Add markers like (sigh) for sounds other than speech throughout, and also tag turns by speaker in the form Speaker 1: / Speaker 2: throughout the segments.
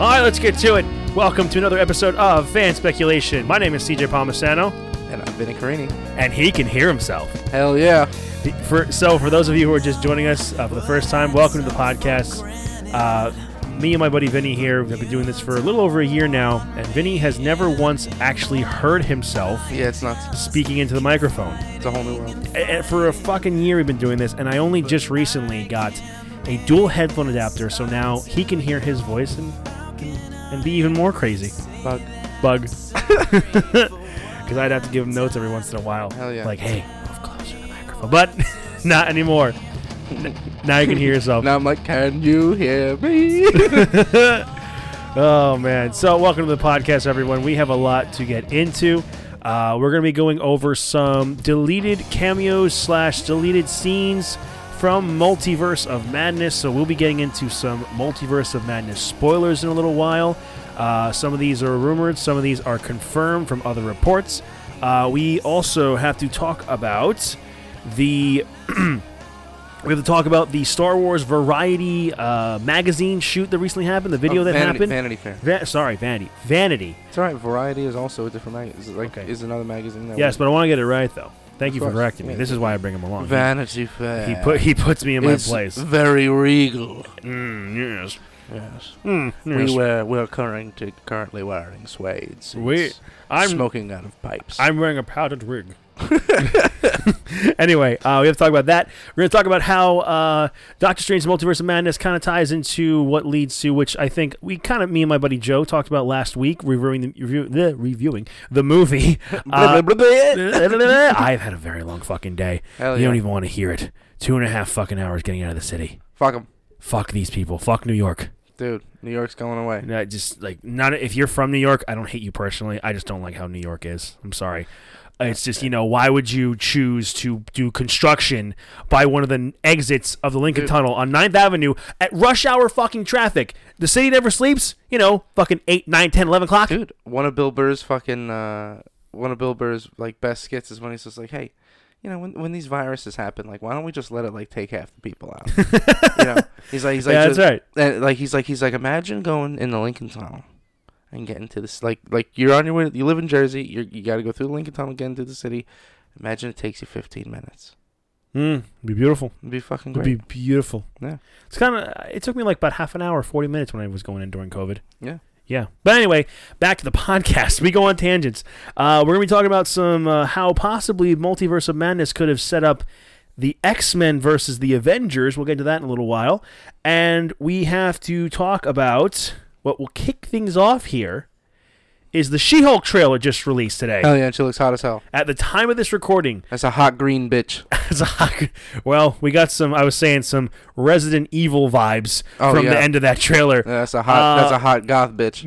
Speaker 1: All right, let's get to it. Welcome to another episode of Fan Speculation. My name is CJ Palmisano,
Speaker 2: And I'm Vinny Carini.
Speaker 1: and he can hear himself.
Speaker 2: Hell yeah.
Speaker 1: For, so, for those of you who are just joining us uh, for the first time, welcome to the podcast. Uh, me and my buddy Vinny here have been doing this for a little over a year now, and Vinny has never once actually heard himself
Speaker 2: Yeah, it's nuts.
Speaker 1: speaking into the microphone.
Speaker 2: It's a whole new world.
Speaker 1: A- a- for a fucking year we've been doing this, and I only just recently got a dual headphone adapter, so now he can hear his voice and and be even more crazy.
Speaker 2: Bug.
Speaker 1: Bug. (laughs) Because I'd have to give him notes every once in a while.
Speaker 2: Hell yeah.
Speaker 1: Like, hey, move closer to the microphone. But (laughs) not anymore. N- now you can hear yourself.
Speaker 2: Now I'm like, can you hear me?
Speaker 1: Oh man! So welcome to the podcast, everyone. We have a lot to get into. Uh, we're going to be going over some deleted cameos slash deleted scenes from Multiverse of Madness. So we'll be getting into some Multiverse of Madness spoilers in a little while. Uh, some of these are rumored. Some of these are confirmed from other reports. Uh, we also have to talk about the (clears throat) we have to talk about the Star Wars Variety uh, magazine shoot that recently happened, the video
Speaker 2: Oh,
Speaker 1: that
Speaker 2: Vanity-
Speaker 1: happened.
Speaker 2: Vanity Fair.
Speaker 1: Va- sorry, Vanity. Vanity.
Speaker 2: It's alright. Variety is also a different magazine. Is like
Speaker 1: Okay.
Speaker 2: is another magazine. That
Speaker 1: Yes, but I want to get it right though. Thank you for
Speaker 2: course.
Speaker 1: correcting me. This is why I bring him along.
Speaker 2: Vanity Fair.
Speaker 1: he put he puts me in my
Speaker 2: is
Speaker 1: place.
Speaker 2: Very regal.
Speaker 1: Mm, yes.
Speaker 2: Yes.
Speaker 1: Mm, yes.
Speaker 2: We wear we're current, currently wearing suede suits.
Speaker 1: We- I'm
Speaker 2: smoking out of pipes.
Speaker 1: I'm wearing a powdered wig.
Speaker 2: (laughs)
Speaker 1: (laughs) anyway, uh, we have to talk about that. We're going to talk about how uh, Doctor Strange's Multiverse of Madness kind of ties into what leads to, which I think we kind of, me and my buddy Joe talked about last week, reviewing the, review, the, reviewing the
Speaker 2: (laughs)
Speaker 1: movie. Uh, (laughs) I've had a very long fucking day.
Speaker 2: Hell
Speaker 1: you don't
Speaker 2: yeah.
Speaker 1: even want to hear it. Two and a half fucking hours getting out of the city.
Speaker 2: Fuck 'em.
Speaker 1: Fuck these people. Fuck New York.
Speaker 2: dude. New York's going away.
Speaker 1: And I just like not if you're from New York, I don't hate you personally. I just don't like how New York is. I'm sorry. Uh, It's just you know why would you choose to do construction by one of the n- exits of the Lincoln Tunnel on 9th Avenue at rush hour fucking traffic? The city never sleeps. You know, fucking 8, 9, 10, 11 o'clock.
Speaker 2: Dude, (laughs) one of Bill Burr's fucking uh, one of Bill Burr's like best skits is when he's just like, hey. You know, when, when these viruses happen, like, why don't we just let it like take half the people out?
Speaker 1: (laughs)
Speaker 2: you know, he's like, he's like,
Speaker 1: yeah, that's
Speaker 2: just-
Speaker 1: right.
Speaker 2: and like he's like he's like imagine going in the Lincoln Tunnel and getting to this like like you're on your way you live in Jersey you're, you got to go through the Lincoln Tunnel get into the city imagine it takes you 15 minutes
Speaker 1: Mm, it'd be beautiful.
Speaker 2: it'd be fucking
Speaker 1: It'd
Speaker 2: great
Speaker 1: be beautiful.
Speaker 2: Yeah.
Speaker 1: It's kind of. It took me like about half an hour, forty minutes when I was going in during COVID.
Speaker 2: yeah
Speaker 1: Yeah. But anyway, back to the (laughs) podcast. We go on tangents. Uh, we're going to be talking about some uh, how possibly Multiverse of Madness could have set up the X Men versus the Avengers. We'll get to that in a little while. And we have to talk about what will kick things off here is the She Hulk trailer just released today.
Speaker 2: hell yeah she looks hot as hell
Speaker 1: At the time of this recording,
Speaker 2: that's a hot green bitch
Speaker 1: (laughs) it's like- well, we got some, I was saying, some Resident Evil vibes
Speaker 2: Oh,
Speaker 1: from the
Speaker 2: yeah.
Speaker 1: end of that trailer. (laughs)
Speaker 2: that's a hot
Speaker 1: Uh,
Speaker 2: that's a hot goth bitch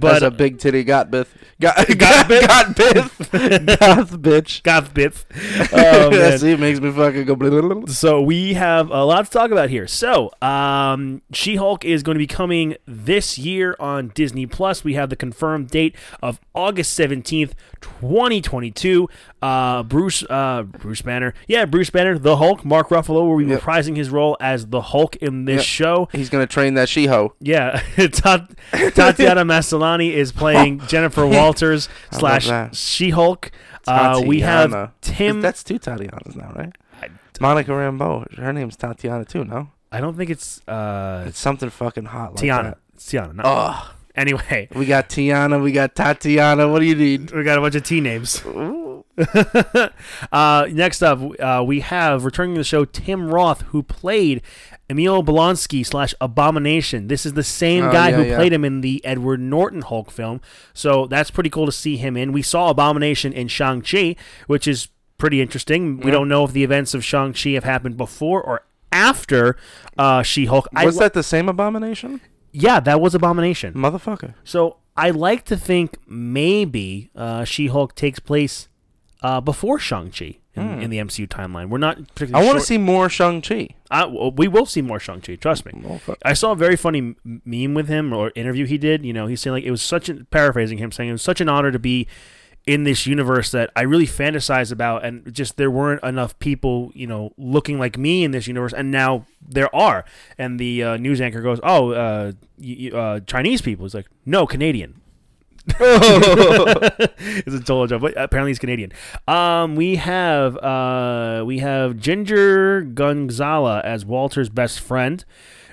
Speaker 1: But uh,
Speaker 2: that's a big titty goth bitch goth
Speaker 1: Goth
Speaker 2: goth (laughs)
Speaker 1: bitch? (laughs)
Speaker 2: bitch goth (laughs) bitch
Speaker 1: got bits. Oh, man.
Speaker 2: that's it makes me fucking go blah, blah, blah.
Speaker 1: So we have a lot to talk about here. So, um, She-Hulk is going to be coming this year on Disney Plus. We have the confirmed date of August seventeenth, twenty twenty-two. Uh, Bruce, uh, Bruce Banner, yeah, Bruce Banner, the Hulk, Mark Ruffalo will be
Speaker 2: Yep.
Speaker 1: reprising his role as the Hulk in this
Speaker 2: Yep.
Speaker 1: show.
Speaker 2: he's gonna train that she-ho
Speaker 1: Yeah, (laughs) Tat- Tatiana Maslany is
Speaker 2: (laughs)
Speaker 1: playing Jennifer Walters
Speaker 2: love
Speaker 1: slash
Speaker 2: that.
Speaker 1: She-Hulk. Uh, we
Speaker 2: Tatiana.
Speaker 1: have Tim.
Speaker 2: that's two Tatianas now right
Speaker 1: I,
Speaker 2: Monica Rambeau. Her name's Tatiana too. No,
Speaker 1: I don't think it's uh,
Speaker 2: it's something fucking hot. Like
Speaker 1: Tiana.
Speaker 2: That.
Speaker 1: It's Tiana. Not,
Speaker 2: Oh,
Speaker 1: Anyway, (laughs)
Speaker 2: we got Tiana. We got Tatiana. What do you need?
Speaker 1: we got a bunch of T names.
Speaker 2: Ooh.
Speaker 1: (laughs) uh, next up, uh, we have returning to the show Tim Roth, who played Emil Blonsky slash Abomination. This is the same
Speaker 2: Oh,
Speaker 1: guy
Speaker 2: yeah,
Speaker 1: who
Speaker 2: yeah.
Speaker 1: played him in the Edward Norton Hulk film. So that's pretty cool to see him in. We saw Abomination in Shang-Chi, which is pretty interesting. We
Speaker 2: Yeah.
Speaker 1: don't know if the events of Shang-Chi have happened before or after uh, She-Hulk. I
Speaker 2: Was
Speaker 1: li-
Speaker 2: that the same abomination,
Speaker 1: yeah, that was Abomination.
Speaker 2: motherfucker?
Speaker 1: So I like to think maybe uh, She-Hulk takes place uh, before Shang-Chi in, in the MCU timeline. We're not
Speaker 2: Hmm. I
Speaker 1: particularly
Speaker 2: want to
Speaker 1: sure-
Speaker 2: see more Shang Chi.
Speaker 1: I- well, we will see more Shang-Chi, trust me. I saw a very funny m- meme with him or interview he did. You know, he's saying like it was such an paraphrasing him saying it was such an honor to be in this universe that I really fantasize about, and just there weren't enough people, you know, looking like me in this universe, and now there are. And the uh, news anchor goes, "Oh, uh, y- y- uh, Chinese people." He's like, "No, Canadian." it's a total joke, but apparently he's Canadian. Um, we have uh, we have Ginger Gonzala as Walter's best friend.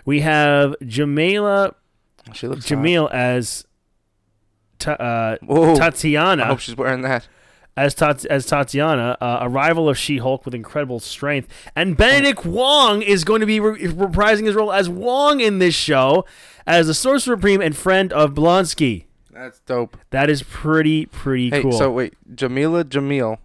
Speaker 1: We have Jamila
Speaker 2: she looks hot.
Speaker 1: Jamil as ta- uh,
Speaker 2: Whoa. Oh,
Speaker 1: Tatiana
Speaker 2: I hope she's wearing that.
Speaker 1: as Tat- as Tatiana, uh, a rival of She-Hulk with incredible strength, and
Speaker 2: Oh.
Speaker 1: Benedict Wong is going to be re- reprising his role as Wong in this show as the Sorcerer Supreme and friend of Blonsky.
Speaker 2: That's dope.
Speaker 1: That is pretty pretty
Speaker 2: Hey,
Speaker 1: cool.
Speaker 2: so uh, wait, Jamila Jamil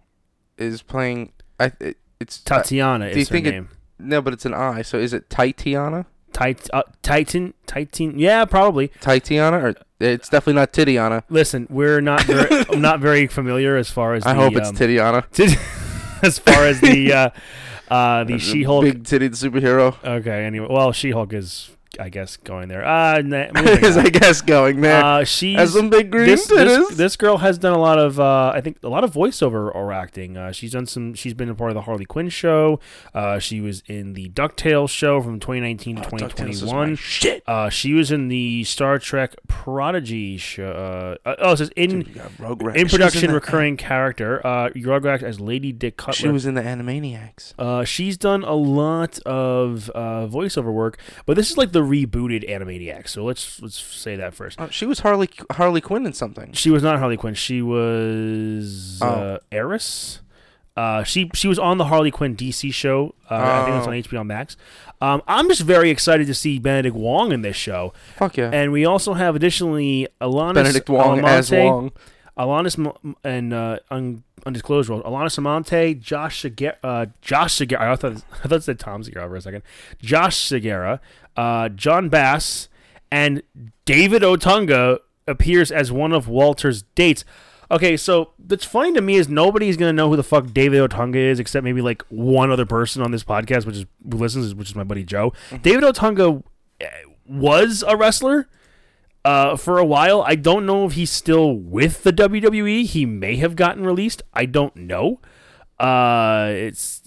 Speaker 2: is playing. I it, it's
Speaker 1: Tatiana
Speaker 2: you
Speaker 1: is her
Speaker 2: think it-
Speaker 1: name.
Speaker 2: no, but it's an I. So is it Titiana?
Speaker 1: Tit- uh, Titan, Titan, yeah, probably.
Speaker 2: Titiana, or it's definitely not Titiana.
Speaker 1: Listen, we're not
Speaker 2: (laughs)
Speaker 1: very, I'm not very familiar as far as
Speaker 2: I
Speaker 1: the,
Speaker 2: hope it's
Speaker 1: um,
Speaker 2: Titiana.
Speaker 1: (laughs) as far as the uh, uh,
Speaker 2: (laughs)
Speaker 1: the She-Hulk
Speaker 2: big titted superhero.
Speaker 1: Okay. Anyway, well, She Hulk is, I guess, going there. Uh, nah, moving
Speaker 2: (laughs) is
Speaker 1: on.
Speaker 2: I guess going there.
Speaker 1: uh she's
Speaker 2: Has some big green
Speaker 1: this,
Speaker 2: titties.
Speaker 1: this, this girl has done a lot of, uh, I think, a lot of voiceover or acting. Uh, she's done some. She's been a part of the Harley Quinn show. Uh, she was in the Ducktales show from 2019
Speaker 2: Oh,
Speaker 1: to 2021.
Speaker 2: Shit.
Speaker 1: Uh, she was in the Star Trek Prodigy show. Uh, oh, it says in in production recurring character. Uh, Rugrats as Lady Dick Cutler.
Speaker 2: She was in the Animaniacs.
Speaker 1: Uh, she's done a lot of uh, voiceover work, but this is like the rebooted Animaniacs. So let's let's say that first.
Speaker 2: Oh, she was Harley Harley Quinn in something.
Speaker 1: She was not Harley Quinn. She was
Speaker 2: Oh.
Speaker 1: uh, Eris. Uh, she she was on the Harley Quinn DC show. Uh, I think
Speaker 2: Oh.
Speaker 1: it's on HBO Max. Um, I'm just very excited to see Benedict Wong in this show,
Speaker 2: Fuck yeah.
Speaker 1: and we also have additionally Alanis
Speaker 2: Benedict Wong as
Speaker 1: Alamonte-
Speaker 2: Wong.
Speaker 1: Alanis M- and uh, un- undisclosed role. Alanis Amante, Josh Segura, uh, Josh Segura. I thought (laughs) I thought it said Tom Segura for a second. Josh Segura, uh, John Bass, and David Otunga appears as one of Walter's dates. Okay, so that's funny to me is nobody's gonna know who the fuck David Otunga is except maybe like one other person on this podcast, which is who listens, which is my buddy Joe. David Otunga eh, was a wrestler uh, for a while. I don't know if he's still with the WWE. He may have gotten released. I don't know. Uh, it's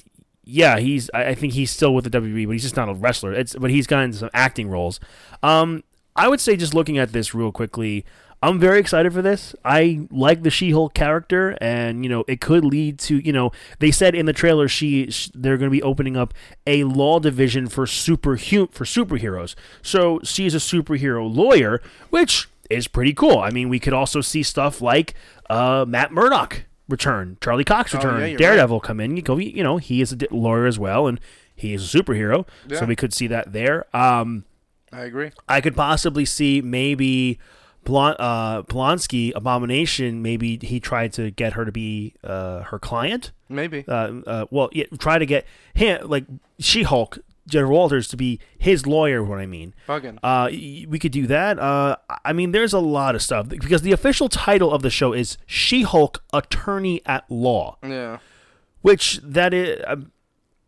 Speaker 1: yeah, he's. I, I think he's still with the WWE, but he's just not a wrestler. It's but he's gotten some acting roles. Um, I would say just looking at this real quickly. I'm very excited for this. I like the She-Hulk character, and you know it could lead to you know they said in the trailer she, sh they're going to be opening up a law division for super for superheroes. So she's a superhero lawyer, which is pretty cool. I mean, we could also see stuff like uh, Matt Murdock return, Charlie Cox return,
Speaker 2: Oh, yeah, you're right.
Speaker 1: Daredevil come in. You go, you know, he is a di- lawyer as well, and he is a superhero, so
Speaker 2: Yeah.
Speaker 1: we could see that there. Um,
Speaker 2: I agree.
Speaker 1: I could possibly see maybe Blon- uh, Blonsky Abomination. Maybe he tried to get her to be uh, her client.
Speaker 2: Maybe.
Speaker 1: Uh, uh, well, yeah, try to get him like She Hulk, Jennifer Walters, to be his lawyer. What I mean.
Speaker 2: Fucking.
Speaker 1: Uh, y- we could do that. Uh, I mean, there's a lot of stuff because the official title of the show is She-Hulk Attorney at Law,
Speaker 2: Yeah.
Speaker 1: which that is. Uh,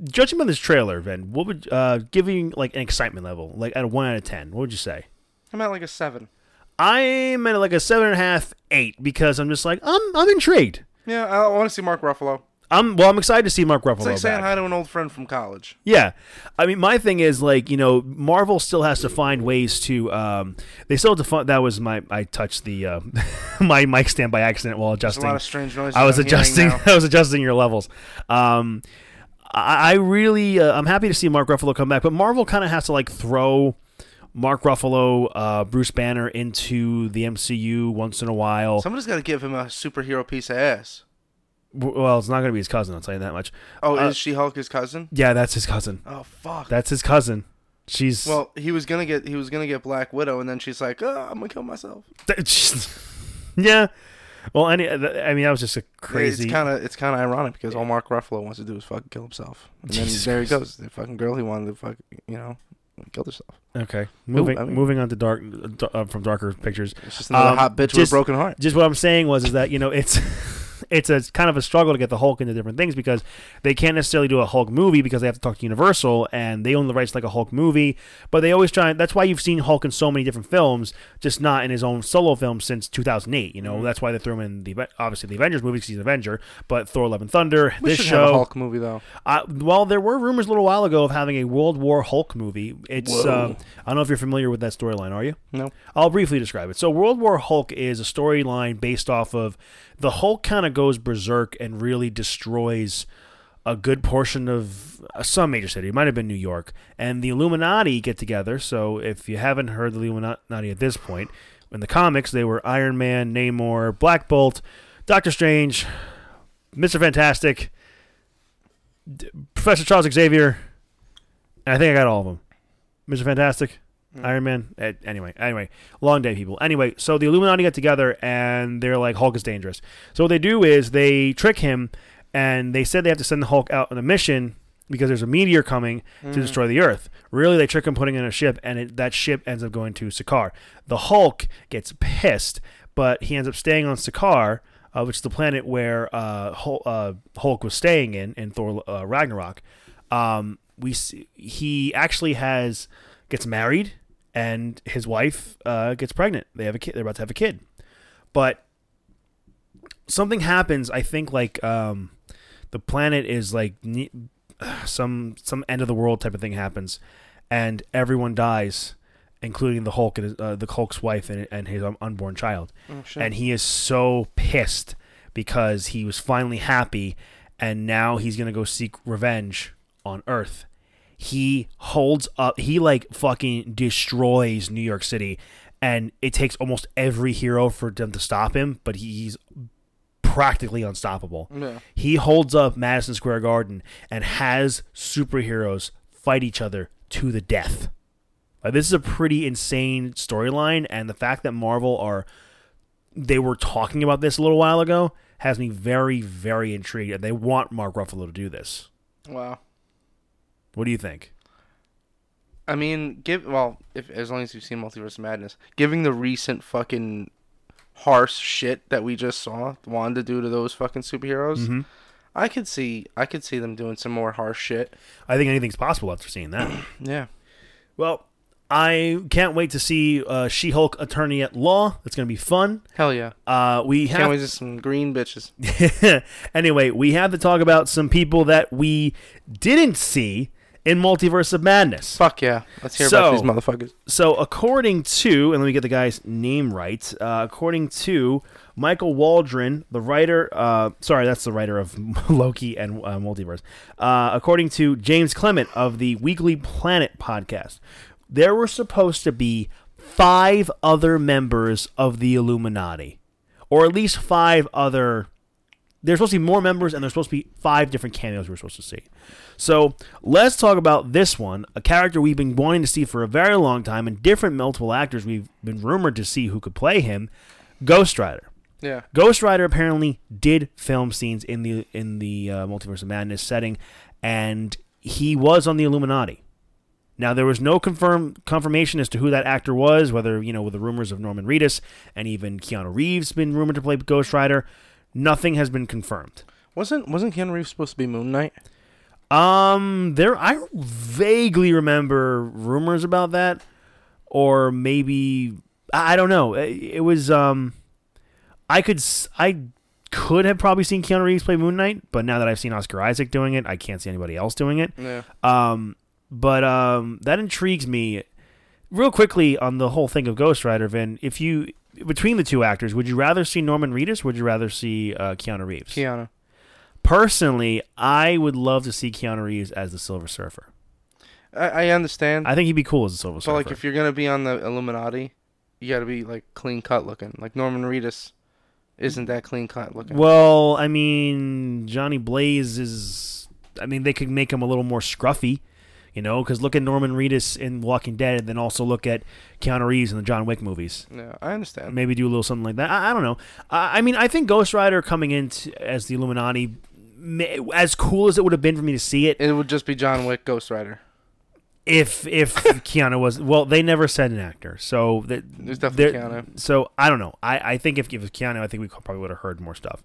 Speaker 1: judging by this trailer, Ven, what would uh giving like an excitement level, like at a one out of ten, what would you say?
Speaker 2: I'm at like a seven.
Speaker 1: I'm at like a seven and a half, eight because I'm just like I'm I'm intrigued.
Speaker 2: Yeah, I want to see Mark Ruffalo.
Speaker 1: I'm well, I'm excited to see Mark Ruffalo.
Speaker 2: It's like
Speaker 1: back.
Speaker 2: saying hi to an old friend from college.
Speaker 1: Yeah, I mean, my thing is like you know, Marvel still has to find ways to. Um, they still have to find. That was my I touched the uh, (laughs) my mic stand by accident while
Speaker 2: There's
Speaker 1: adjusting.
Speaker 2: a lot of strange noises.
Speaker 1: I was
Speaker 2: I'm hearing
Speaker 1: adjusting.
Speaker 2: now.
Speaker 1: (laughs) I was adjusting your levels. Um, I, I really, uh, I'm happy to see Mark Ruffalo come back, but Marvel kind of has to like throw Mark Ruffalo, uh, Bruce Banner into the MCU once in a while.
Speaker 2: Somebody's got to give him a superhero piece of ass.
Speaker 1: W- well, it's not going to be his cousin. I'll tell you that much.
Speaker 2: Oh,
Speaker 1: Uh,
Speaker 2: is she Hulk his cousin?
Speaker 1: Yeah, that's his cousin.
Speaker 2: Oh fuck.
Speaker 1: That's his cousin. She's
Speaker 2: well, he was gonna get he was gonna get Black Widow, and then she's like, oh, "I'm gonna kill myself."
Speaker 1: (laughs) yeah. Well, any, I mean, that was just a crazy.
Speaker 2: It's kind of it's kind of ironic because all Mark Ruffalo wants to do is fucking kill himself. And then
Speaker 1: Jesus
Speaker 2: there he goes, the fucking girl he wanted to fuck, you know, killed herself.
Speaker 1: okay, moving
Speaker 2: I mean-
Speaker 1: moving on to dark uh, from darker pictures.
Speaker 2: It's just another
Speaker 1: Um,
Speaker 2: hot bitch
Speaker 1: just-
Speaker 2: with a broken heart.
Speaker 1: Just what I'm saying was is that you know it's (laughs) it's a it's kind of a struggle to get the Hulk into different things because they can't necessarily do a Hulk movie because they have to talk to Universal and they own the rights to, like a Hulk movie. But they always try. That's why you've seen Hulk in so many different films, just not in his own solo film since 2008. You know,
Speaker 2: Mm-hmm.
Speaker 1: that's why they threw him in the Aven- obviously the Avengers movie 'cause he's an Avenger. But Thor: Love and Thunder,
Speaker 2: We
Speaker 1: this
Speaker 2: should have a
Speaker 1: show,
Speaker 2: Hulk movie though.
Speaker 1: uh, well, there were rumors a little while ago of having a World War Hulk movie. It's
Speaker 2: Whoa.
Speaker 1: um, I don't know if you're familiar with that storyline, are you?
Speaker 2: No.
Speaker 1: I'll briefly describe it. So, World War Hulk is a storyline based off of the Hulk kind of goes berserk and really destroys a good portion of uh, some major city. It might have been New York. And the Illuminati get together. So, if you haven't heard the Illuminati at this point, in the comics, they were Iron Man, Namor, Black Bolt, Doctor Strange, Mr. Fantastic, D- Professor Charles Xavier. And I think I got all of them. Mr. Fantastic, Iron Man. eh, Anyway, anyway, long day, people. Anyway, so the Illuminati get together and they're like, Hulk is dangerous. So what they do is they trick him, and they said they have to send the Hulk out on a mission because there's a meteor coming to destroy the Earth. Really, they trick him putting in a ship, and it, that ship ends up going to Sakaar. The Hulk gets pissed, but he ends up staying on Sakaar. Uh, which is the planet where uh, Hulk, uh, Hulk was staying in in Thor uh, Ragnarok. Um, we see, he actually has gets married and his wife uh, gets pregnant. They have a kid. They're about to have a kid, but something happens. I think like um, the planet is like ne- (sighs) some some end of the world type of thing happens, and everyone dies, including the Hulk and his, uh, the Hulk's wife and, and his un- unborn child
Speaker 2: Oh, shit.
Speaker 1: and he is so pissed because he was finally happy and now he's gonna go seek revenge on earth he holds up he like fucking destroys new york city and it takes almost every hero for them to stop him but he's practically unstoppable
Speaker 2: yeah.
Speaker 1: he holds up madison square garden and has superheroes fight each other to the death like, this is a pretty insane storyline, and the fact that Marvel are they were talking about this a little while ago has me very, very intrigued. And they want Mark Ruffalo to do this.
Speaker 2: Wow.
Speaker 1: What do you think?
Speaker 2: I mean, give well, if as long as you've seen Multiverse of Madness, giving the recent fucking harsh shit that we just saw Wanda do to those fucking superheroes,
Speaker 1: Mm-hmm.
Speaker 2: I could see I could see them doing some more harsh shit.
Speaker 1: I think anything's possible after seeing
Speaker 2: (clears throat)
Speaker 1: that.
Speaker 2: Yeah.
Speaker 1: well, I can't wait to see uh, She-Hulk Attorney at Law. It's going to be fun.
Speaker 2: Hell yeah.
Speaker 1: Uh, we have
Speaker 2: Can't wait to see some green bitches.
Speaker 1: (laughs) anyway, we have to talk about some people that we didn't see in Multiverse of Madness.
Speaker 2: Fuck yeah. Let's hear
Speaker 1: So-
Speaker 2: about these motherfuckers.
Speaker 1: So, according to, and let me get the guy's name right. Uh, according to Michael Waldron, the writer, uh, sorry, that's the writer of (laughs) Loki and uh, Multiverse. Uh, according to James Clement of the Weekly Planet podcast, there were supposed to be five other members of the Illuminati, or at least five other there's supposed to be more members and there's supposed to be five different cameos we're supposed to see. So let's talk about this one, a character we've been wanting to see for a very long time, and different multiple actors we've been rumored to see who could play him, Ghost Rider.
Speaker 2: Yeah.
Speaker 1: Ghost Rider apparently did film scenes in the in the uh, Multiverse of Madness setting, and he was on the Illuminati. Now there was no confirm confirmation as to who that actor was, whether you know with the rumors of Norman Reedus and even Keanu Reeves been rumored to play Ghost Rider. Nothing has been confirmed.
Speaker 2: Wasn't wasn't Keanu Reeves supposed to be Moon Knight?
Speaker 1: Um, there I vaguely remember rumors about that, or maybe I I don't know. It, it was um, I could s- I could have probably seen Keanu Reeves play Moon Knight, but now that I've seen Oscar Isaac doing it, I can't see anybody else doing it.
Speaker 2: Yeah.
Speaker 1: Um, but um, that intrigues me. Real quickly on the whole thing of Ghost Rider, Vin. If you between the two actors, would you rather see Norman Reedus? Or would you rather see uh, Keanu Reeves?
Speaker 2: Keanu.
Speaker 1: Personally, I would love to see Keanu Reeves as the Silver Surfer.
Speaker 2: I, I understand.
Speaker 1: I think he'd be cool as the Silver
Speaker 2: so
Speaker 1: Surfer.
Speaker 2: like if you're gonna be on the Illuminati, you gotta be like clean cut looking. Like Norman Reedus isn't that clean cut looking.
Speaker 1: well, I mean, Johnny Blaze is. I mean, they could make him a little more scruffy, you know, because look at Norman Reedus in Walking Dead, and then also look at Keanu Reeves in the John Wick movies.
Speaker 2: Yeah, I understand.
Speaker 1: Maybe do a little something like that. I, I don't know. I, I mean, I think Ghost Rider coming in t- as the Illuminati, may, as cool as it would have been for me to see it,
Speaker 2: It would just be John Wick Ghost Rider.
Speaker 1: if
Speaker 2: (laughs)
Speaker 1: if Keanu was well, they never said an actor, so that
Speaker 2: There's definitely
Speaker 1: there-
Speaker 2: Keanu.
Speaker 1: So I don't know. I, I think if if it was Keanu, I think we probably would have heard more stuff.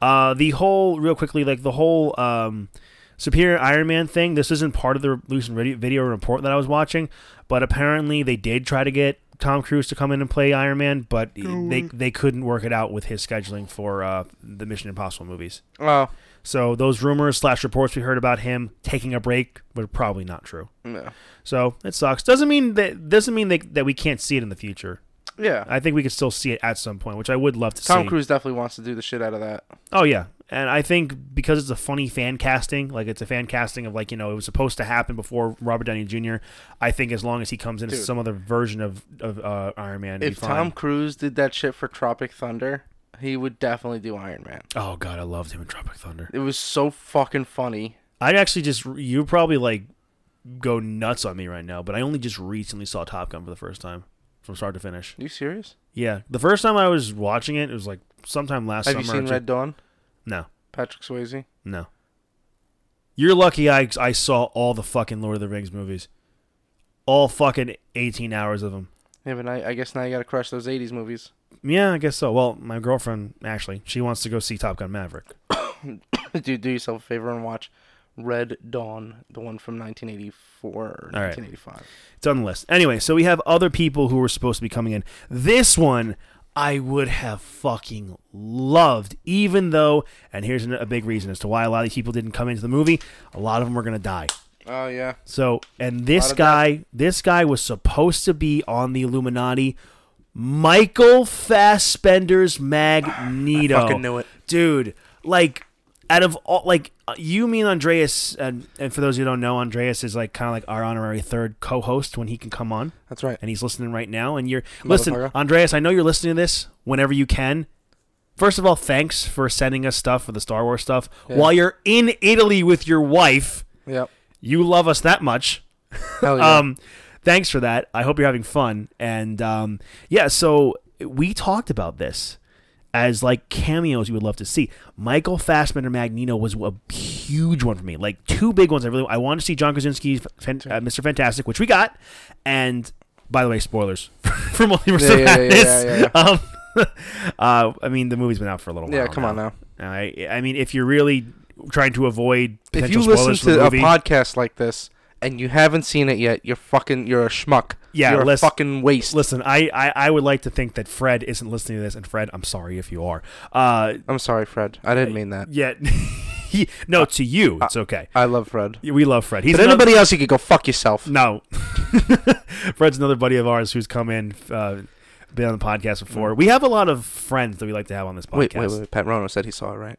Speaker 1: Uh, the whole, real quickly, like the whole um, Superior Iron Man thing. This isn't part of the recent radio, video report that I was watching, but apparently they did try to get Tom Cruise to come in and play Iron Man, but they they couldn't work it out with his scheduling for uh, the Mission Impossible movies.
Speaker 2: Oh,
Speaker 1: So those rumors slash reports we heard about him taking a break were probably not true.
Speaker 2: no.
Speaker 1: So it sucks. Doesn't mean that doesn't mean that, that we can't see it in the future.
Speaker 2: Yeah.
Speaker 1: I think we could still see it at some point, which I would love to
Speaker 2: Tom
Speaker 1: see.
Speaker 2: Cruise definitely wants to do the shit out of that.
Speaker 1: Oh yeah, and I think because it's a funny fan casting, like it's a fan casting of like you know it was supposed to happen before Robert Downey Jr. I think as long as he comes in as
Speaker 2: Dude.
Speaker 1: some other version of of uh, Iron Man, it'd
Speaker 2: If
Speaker 1: be fine.
Speaker 2: Tom Cruise did that shit for Tropic Thunder, he would definitely do Iron Man.
Speaker 1: oh god, I loved him in Tropic Thunder.
Speaker 2: It was so fucking funny.
Speaker 1: I'd actually just you probably like go nuts on me right now, but I only just recently saw Top Gun for the first time from start to finish.
Speaker 2: you serious?
Speaker 1: Yeah, the first time I was watching it, it was like sometime last
Speaker 2: Have
Speaker 1: summer.
Speaker 2: you seen
Speaker 1: or two-
Speaker 2: Red Dawn?
Speaker 1: No,
Speaker 2: Patrick Swayze.
Speaker 1: no. You're lucky I I saw all the fucking Lord of the Rings movies, all fucking eighteen hours of them.
Speaker 2: Yeah, but I, I guess now you gotta crush those '80s movies. (coughs)
Speaker 1: Yeah, I guess so. Well, my girlfriend actually, she wants to go see Top Gun Maverick.
Speaker 2: Dude, do yourself a favor and watch Red Dawn, the one from 1984 or
Speaker 1: All right.
Speaker 2: 1985.
Speaker 1: It's on the list. Anyway, so we have other people who were supposed to be coming in. This one I would have fucking loved, even though, and here's an- a big reason as to why a lot of these people didn't come into the movie. A lot of them were gonna die.
Speaker 2: Oh yeah.
Speaker 1: So, and this
Speaker 2: of
Speaker 1: guy, this guy was supposed to be on the Illuminati. Michael Fassbender's Magneto.
Speaker 2: fucking knew it.
Speaker 1: dude. Like, out of all, like uh, you, me, and Andreas, and, and for those who don't know, Andreas is like kind of like our honorary third co-host when he can come on,
Speaker 2: That's right.
Speaker 1: and he's listening right now. And you're listen,
Speaker 2: Motherfucker.
Speaker 1: Andreas. I know you're listening to this whenever you can. First of all, thanks for sending us stuff for the Star Wars stuff
Speaker 2: Yeah.
Speaker 1: while you're in Italy with your wife. (laughs)
Speaker 2: Yep.
Speaker 1: You love us that much.
Speaker 2: Hell Oh, yeah.
Speaker 1: Um, thanks for that. I hope you're having fun. And um, yeah, so we talked about this as like cameos you would love to see. Michael Fassbender Magneto was a huge one for me. Like two big ones. I really I wanted to see John Krasinski's Fan- uh, Mr. Fantastic, which we got. And by the way, spoilers (laughs) for Multiverse
Speaker 2: Yeah,
Speaker 1: of
Speaker 2: yeah, yeah,
Speaker 1: Madness.
Speaker 2: yeah,
Speaker 1: Um, (laughs) uh, I mean, the movie's been out for a little while.
Speaker 2: yeah, come on now.
Speaker 1: All right. I mean, if you're really trying to avoid
Speaker 2: If
Speaker 1: potential
Speaker 2: you
Speaker 1: spoilers
Speaker 2: listen
Speaker 1: for the
Speaker 2: to a
Speaker 1: movie,
Speaker 2: podcast like this and you haven't seen it yet, you're fucking you're a schmuck.
Speaker 1: Yeah,
Speaker 2: You're
Speaker 1: let's-
Speaker 2: a fucking waste.
Speaker 1: Listen, I, I, I would like to think that Fred isn't listening to this, and Fred, I'm sorry if you are. Uh,
Speaker 2: I'm sorry, Fred. I didn't mean that.
Speaker 1: yet, (laughs) he,
Speaker 2: Uh,
Speaker 1: no, to you, it's okay.
Speaker 2: I love Fred.
Speaker 1: We love Fred. He's
Speaker 2: But
Speaker 1: another-
Speaker 2: anybody else, you could go fuck yourself.
Speaker 1: no, (laughs) Fred's another buddy of ours who's come in, uh, been on the podcast before. We have a lot of friends that we like to have on this podcast.
Speaker 2: Mm. Wait, wait, wait. Pat Rono said he saw it, right?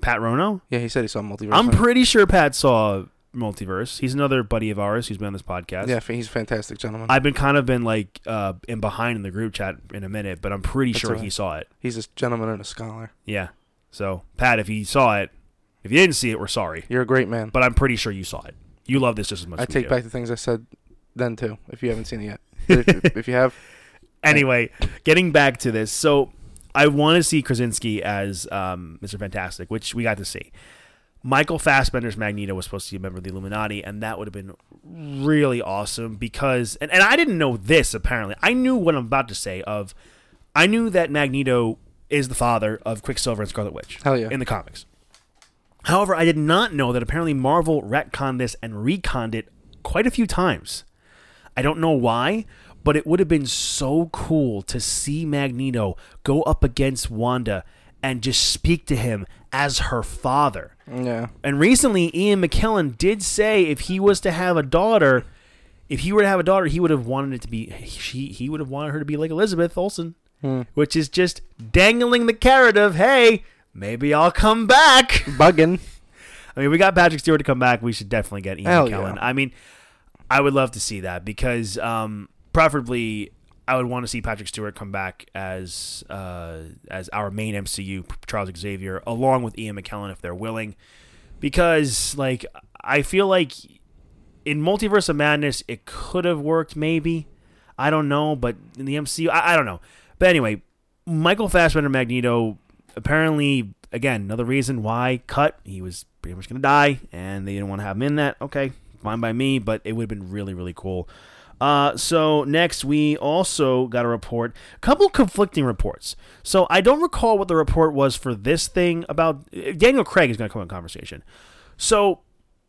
Speaker 1: Pat Rono.
Speaker 2: Yeah, he said he saw multiverse.
Speaker 1: I'm
Speaker 2: Huh?
Speaker 1: pretty sure Pat saw Multiverse. He's another buddy of ours who's been on this podcast.
Speaker 2: Yeah, he's a fantastic gentleman.
Speaker 1: I've been kind of been like uh, in behind in the group chat in a minute, but I'm pretty
Speaker 2: That's
Speaker 1: sure
Speaker 2: all
Speaker 1: he
Speaker 2: right.
Speaker 1: saw it.
Speaker 2: he's a gentleman and a scholar.
Speaker 1: Yeah. So, Pat, if you saw it, if you didn't see it, we're sorry.
Speaker 2: You're a great man.
Speaker 1: But I'm pretty sure you saw it. You love this just as much
Speaker 2: I
Speaker 1: as we
Speaker 2: take
Speaker 1: do.
Speaker 2: back the things I said then too. If you haven't seen
Speaker 1: (laughs)
Speaker 2: it yet, But if, if you have,
Speaker 1: Anyway, getting back to this. So, I want to see Krasinski as um, Mr. Fantastic, which we got to see. Michael Fassbender's Magneto was supposed to be a member of the Illuminati, and that would have been really awesome because, and, and I didn't know this apparently. I knew what I'm about to say of, I knew that Magneto is the father of Quicksilver and Scarlet Witch.
Speaker 2: Hell yeah.
Speaker 1: In the comics. However, I did not know that apparently Marvel retconned this and reconned it quite a few times. I don't know why, but it would have been so cool to see Magneto go up against Wanda and just speak to him as her father.
Speaker 2: yeah,
Speaker 1: And recently, Ian McKellen did say if he was to have a daughter, if he were to have a daughter, he would have wanted it to be she. He would have wanted her to be like Elizabeth Olsen,
Speaker 2: Hmm.
Speaker 1: (laughs) which is just dangling the carrot of hey, maybe I'll come back.
Speaker 2: bugging.
Speaker 1: I mean, we got Patrick Stewart to come back. We should definitely get Ian
Speaker 2: Hell
Speaker 1: McKellen.
Speaker 2: yeah.
Speaker 1: I mean, I would love to see that because um, preferably I would want to see Patrick Stewart come back as uh, as our main MCU Charles Xavier along with Ian McKellen if they're willing, because like I feel like in Multiverse of Madness it could have worked maybe I don't know, but in the MCU I, I don't know. But anyway, Michael Fassbender Magneto apparently again another reason why cut he was pretty much gonna die and they didn't want to have him in that okay fine by me but it would have been really really cool Uh, so next, we also got a report, a couple conflicting reports. So I don't recall what the report was for this thing about Daniel Craig is going to come in conversation. So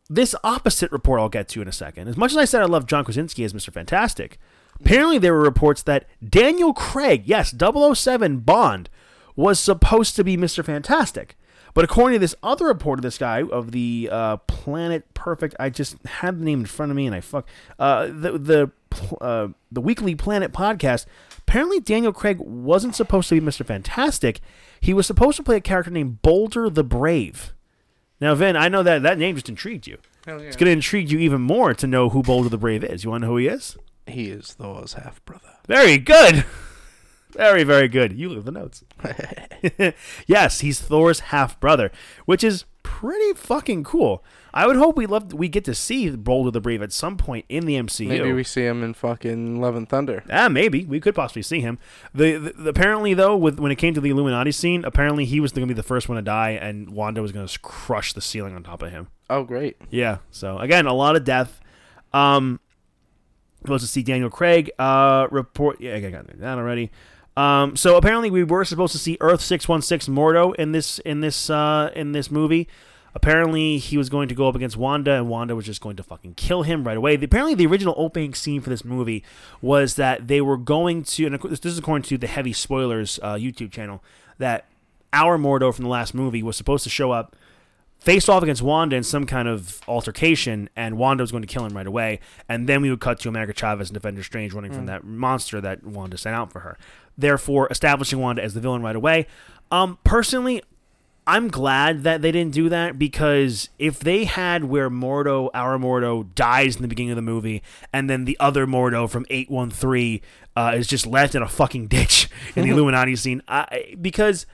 Speaker 1: this opposite report I'll get to in a second. As much as I said I love John Krasinski as Mr. Fantastic, apparently there were reports that Daniel Craig, yes, 007 Bond, was supposed to be Mr. Fantastic. But according to this other report of this guy of the uh, Planet Perfect, I just had the name in front of me and I fuck uh, the the pl- uh, the Weekly Planet podcast. Apparently, Daniel Craig wasn't supposed to be Mr. Fantastic. He was supposed to play a character named Boulder the Brave. Now, Vin, I know that that name just intrigued you.
Speaker 2: Hell yeah.
Speaker 1: It's going to intrigue you even more to know who Boulder the Brave is. You want to know who he is?
Speaker 2: He is Thor's half brother.
Speaker 1: Very good. (laughs) Very, very good. You live the
Speaker 2: (laughs)
Speaker 1: notes. yes, he's Thor's half brother, which is pretty fucking cool. I would hope we love we get to see Boulder the Brave at some point in the MCU.
Speaker 2: Maybe we see him in fucking Love and Thunder.
Speaker 1: Ah, maybe we could possibly see him. The, the, the- apparently though, with when it came to the Illuminati scene, apparently he was going to be the first one to die, and Wanda was going to crush the ceiling on top of him.
Speaker 2: Oh, great.
Speaker 1: Yeah. So again, a lot of death. Um, supposed to see Daniel Craig. Uh, report. Yeah, I got that already. Um, so apparently we were supposed to see Earth six one six Mordo in this in this uh, in this movie. Apparently he was going to go up against Wanda, and Wanda was just going to fucking kill him right away. The- apparently the original opening scene for this movie was that they were going to, and of course, this is according to the Heavy Spoilers uh, YouTube channel, that our Mordo from the last movie was supposed to show up faced off against Wanda in some kind of altercation, and Wanda was going to kill him right away. And then we would cut to America Chavez and Defender Strange running from that monster that Wanda sent out for her, therefore establishing Wanda as the villain right away. Um, personally, I'm glad that they didn't do that because if they had where Mordo, our Mordo, dies in the beginning of the movie, and then the other Mordo from 813 uh, is just left in a fucking ditch in the Illuminati scene, I, because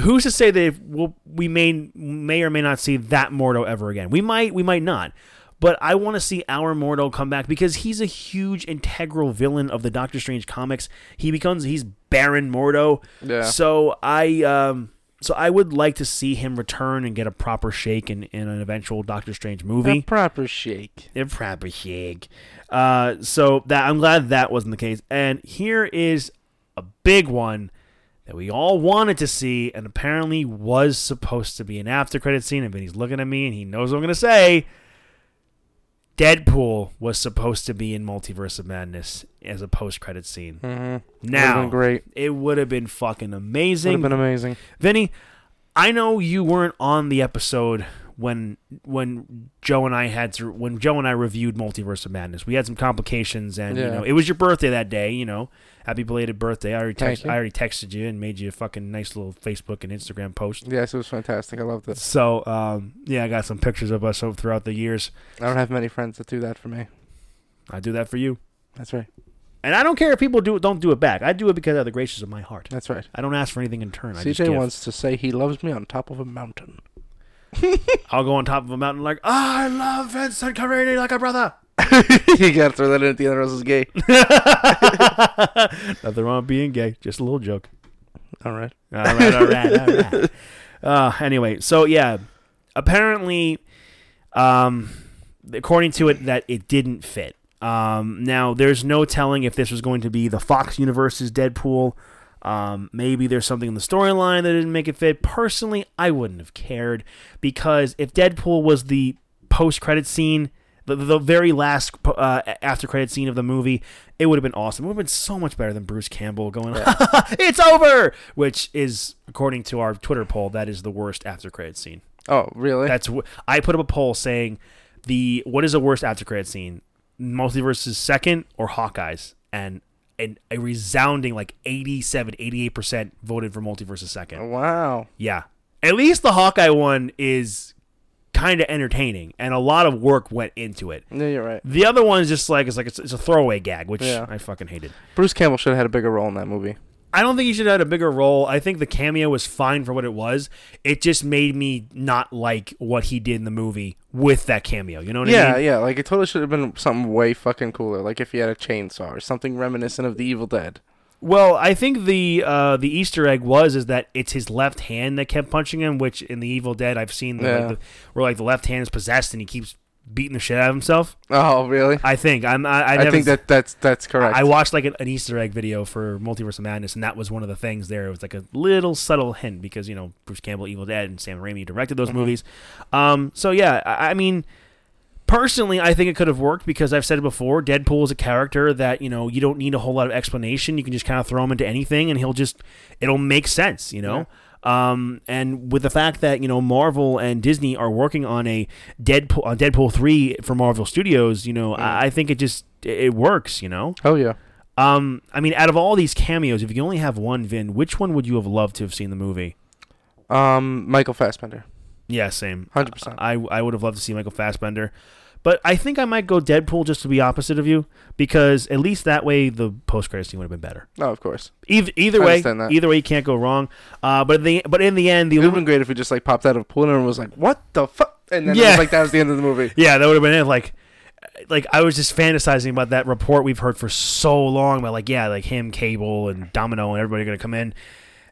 Speaker 1: who's to say that if we'll, we may may or may not see that Mordo ever again? We might, we might not. But I want to see our Mordo come back because he's a huge integral villain of the Doctor Strange comics. He becomes he's Baron Mordo.
Speaker 2: Yeah.
Speaker 1: So I um so I would like to see him return and get a proper shake in, in an eventual Doctor Strange movie.
Speaker 2: A proper shake.
Speaker 1: They're proper shig. Uh, so that I'm glad that wasn't the case. And here is a big one that we all wanted to see, and apparently was supposed to be an after credit scene. And Vinny's looking at me, and he knows what I'm gonna say. Deadpool was supposed to be in Multiverse of Madness as a post credit scene.
Speaker 2: Mm-hmm.
Speaker 1: Now,
Speaker 2: been great.
Speaker 1: it would have been fucking
Speaker 2: Would have
Speaker 1: amazing.
Speaker 2: been amazing.
Speaker 1: Vinny, I know you weren't on the episode when when Joe and I had to when Joe and I reviewed Multiverse of Madness. We had some complications, and you
Speaker 2: Yeah.
Speaker 1: know it was your birthday that day. You know, happy belated birthday! I already
Speaker 2: Thank
Speaker 1: text,
Speaker 2: you.
Speaker 1: I already texted you and made you a fucking nice little Facebook and Instagram post.
Speaker 2: Yes, it was fantastic. I loved it.
Speaker 1: So um, yeah, I got some pictures of us over throughout the years.
Speaker 2: I don't have many friends that do that for me.
Speaker 1: I do that for you,
Speaker 2: That's right.
Speaker 1: and I don't care if people do don't do it back. I do it because of the graces of my heart.
Speaker 2: That's right.
Speaker 1: I don't ask for anything in turn. I just
Speaker 2: CJ
Speaker 1: give.
Speaker 2: wants to say he loves me on top of a mountain.
Speaker 1: I'll go on top of a mountain like "Ah, I love Vincent Carini like a brother.
Speaker 2: (laughs) you gotta throw that in at the end or else it's gay.
Speaker 1: (laughs) Nothing wrong with being gay. Just a little joke.
Speaker 2: (laughs) All right.
Speaker 1: All right, all right, all right. Uh, anyway, so yeah, apparently, um, according to it, that it didn't fit. Um, now, there's no telling if this was going to be the Fox Universe's Deadpool. Um, maybe there's something in the storyline that didn't make it fit. Personally, I wouldn't have cared because if Deadpool was the post-credit scene, the, the very last uh, after-credit scene of the movie, it would have been awesome. It would have been so much better than Bruce Campbell going, "It's over," which is, according to our Twitter poll, that is the worst after-credit scene.
Speaker 2: Oh, really?
Speaker 1: That's wh- I put up a poll saying the what is the worst after credit scene? Multiverse's second or Hawkeye's? And and a resounding like 87, 88% voted for Multiverse's
Speaker 2: Oh.
Speaker 1: second.
Speaker 2: wow.
Speaker 1: Yeah. At least the Hawkeye one is kind of entertaining and a lot of work went into it.
Speaker 2: No, you're right.
Speaker 1: The other one is just like it's like it's, it's a throwaway gag, which
Speaker 2: Yeah.
Speaker 1: I fucking hated.
Speaker 2: Bruce Campbell should have had a bigger role in that movie.
Speaker 1: I don't think he should have had a bigger role. I think the cameo was fine for what it was. It just made me not like what he did in the movie with that cameo. You know what I
Speaker 2: Yeah,
Speaker 1: mean?
Speaker 2: yeah. Like it totally should have been something way fucking cooler. Like if he had a chainsaw or something reminiscent of The Evil Dead.
Speaker 1: Well, I think the uh, the Easter egg was is that it's his left hand that kept punching him, which in the Evil Dead I've seen the,
Speaker 2: Yeah.
Speaker 1: like, the, where like the left hand is possessed and he keeps beating the shit out of himself.
Speaker 2: Oh, really?
Speaker 1: I think I'm. I, I,
Speaker 2: I,
Speaker 1: never
Speaker 2: think
Speaker 1: s-
Speaker 2: that that's that's correct.
Speaker 1: I watched like an, an Easter egg video for Multiverse of Madness, and that was one of the things there. It was like a little subtle hint because you know Bruce Campbell, Evil Dead, and Sam Raimi directed those movies. Um, so yeah, I, I mean, personally, I think it could have worked because I've said it before. Deadpool is a character that you know you don't need a whole lot of explanation. You can just kind of throw him into anything, and he'll just it'll make sense. You know. Um, and with the fact that you know Marvel and Disney are working on a Deadpool on Deadpool three for Marvel Studios, you know, I, I think it just it works. You know,
Speaker 2: oh yeah.
Speaker 1: um, I mean, out of all these cameos, if you could only have one, Vin, which one would you have loved to have seen the movie?
Speaker 2: Um, Michael Fassbender,
Speaker 1: Yeah, same.
Speaker 2: hundred percent.
Speaker 1: I I would have loved to see Michael Fassbender, but I think I might go Deadpool just to be opposite of you because at least that way the post credit scene would have been better.
Speaker 2: No, of course.
Speaker 1: Either, either
Speaker 2: I
Speaker 1: way,
Speaker 2: understand that.
Speaker 1: either way you can't go wrong. Uh, but the but in the end, the
Speaker 2: It would have
Speaker 1: Illumi-
Speaker 2: been great if we just like popped out of a pool and everyone was like, "What the fuck?" And then it
Speaker 1: Yeah.
Speaker 2: was like that was the end of
Speaker 1: (laughs)
Speaker 2: the movie.
Speaker 1: yeah, that would have been it. Like. Like I was just fantasizing about that report we've heard for so long about like yeah like him Cable and Domino and everybody gonna come in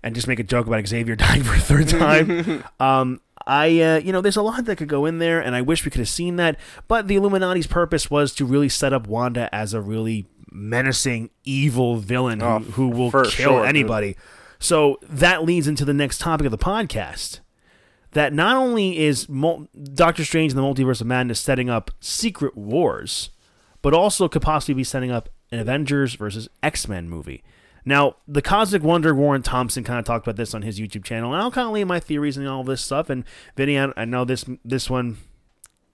Speaker 1: and just make a joke about Xavier (laughs) dying for a third time
Speaker 2: (laughs)
Speaker 1: Um, I, uh, you know, there's a lot that could go in there, and I wish we could have seen that. But the Illuminati's purpose was to really set up Wanda as a really menacing, evil villain who,
Speaker 2: Oh,
Speaker 1: who will
Speaker 2: for
Speaker 1: kill
Speaker 2: sure, dude.
Speaker 1: anybody. So that leads into the next topic of the podcast. That not only is mul- Doctor Strange and the Multiverse of Madness setting up secret wars, but also could possibly be setting up an Avengers versus X Men movie. Now, the Cosmic Wonder Warren Thompson kind of talked about this on his YouTube channel, and I'll kind of leave my theories and all this stuff. And Vinny, I, I know this this one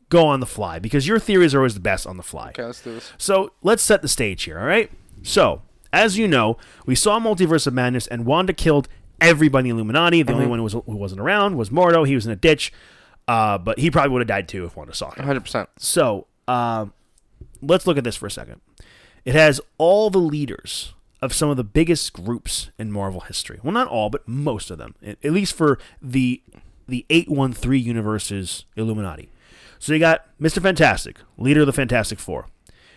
Speaker 1: go on the fly because your theories are always the best on the fly.
Speaker 2: Okay, let's do this.
Speaker 1: So let's set the stage here, all right? So, as you know, we saw Multiverse of Madness, and Wanda killed everybody in Illuminati. The only one who, was, who wasn't around was Mordo. He was in a ditch, uh, but he probably would have died too if Wanda saw him.
Speaker 2: Hundred percent.
Speaker 1: So um, let's look at this for a second. It has all the leaders of some of the biggest groups in Marvel history. Well, not all, but most of them, at at least for the the eight one three universes Illuminati. So you got Mister Fantastic, leader of the Fantastic Four.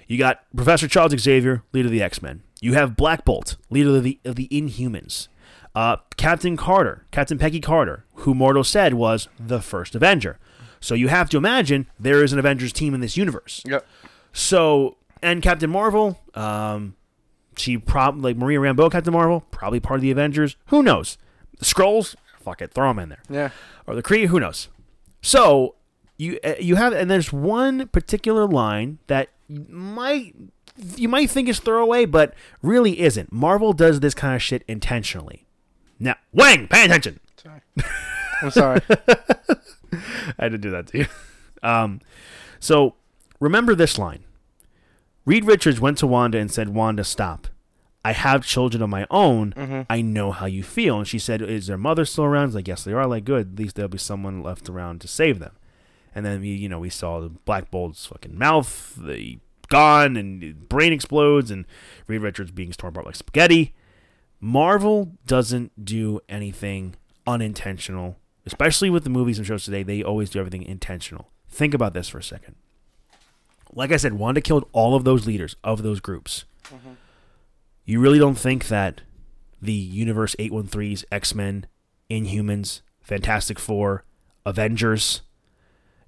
Speaker 1: You got Professor Charles Xavier, leader of the X Men. You have Black Bolt, leader of the of the Inhumans. Uh, Captain Carter, Captain Peggy Carter, who Mordo said was the first Avenger. So you have to imagine there is an Avengers team in this universe.
Speaker 2: Yep.
Speaker 1: So and Captain Marvel, um, she prob like Maria Rambeau, Captain Marvel, probably part of the Avengers. Who knows? Scrolls, fuck it, throw them in there
Speaker 2: Yeah.
Speaker 1: or the Kree, who knows? So you uh, you have and there's one particular line that might you might think is throwaway, but really isn't. Marvel does this kind of shit intentionally. Now, Wang, pay attention.
Speaker 2: Sorry.
Speaker 1: (laughs)
Speaker 2: I'm sorry.
Speaker 1: I had to do that to you. (laughs) Um, so remember this line. Reed Richards went to Wanda and said, Wanda, stop. I have children of my own. I know how you feel. And she said, Is their mother still around? He's like, Yes, they are. Like, good. At least there'll be someone left around to save them. And then, we, you know, we saw the Black Bolt's fucking mouth, the gone, and the brain explodes, and Reed Richards being torn apart like spaghetti. Marvel doesn't do anything unintentional, especially with the movies and shows today. They always do everything intentional. Think about this for a second. Like I said, Wanda killed all of those leaders of those groups. You really don't think that the Universe 813's X Men, Inhumans, Fantastic Four, Avengers,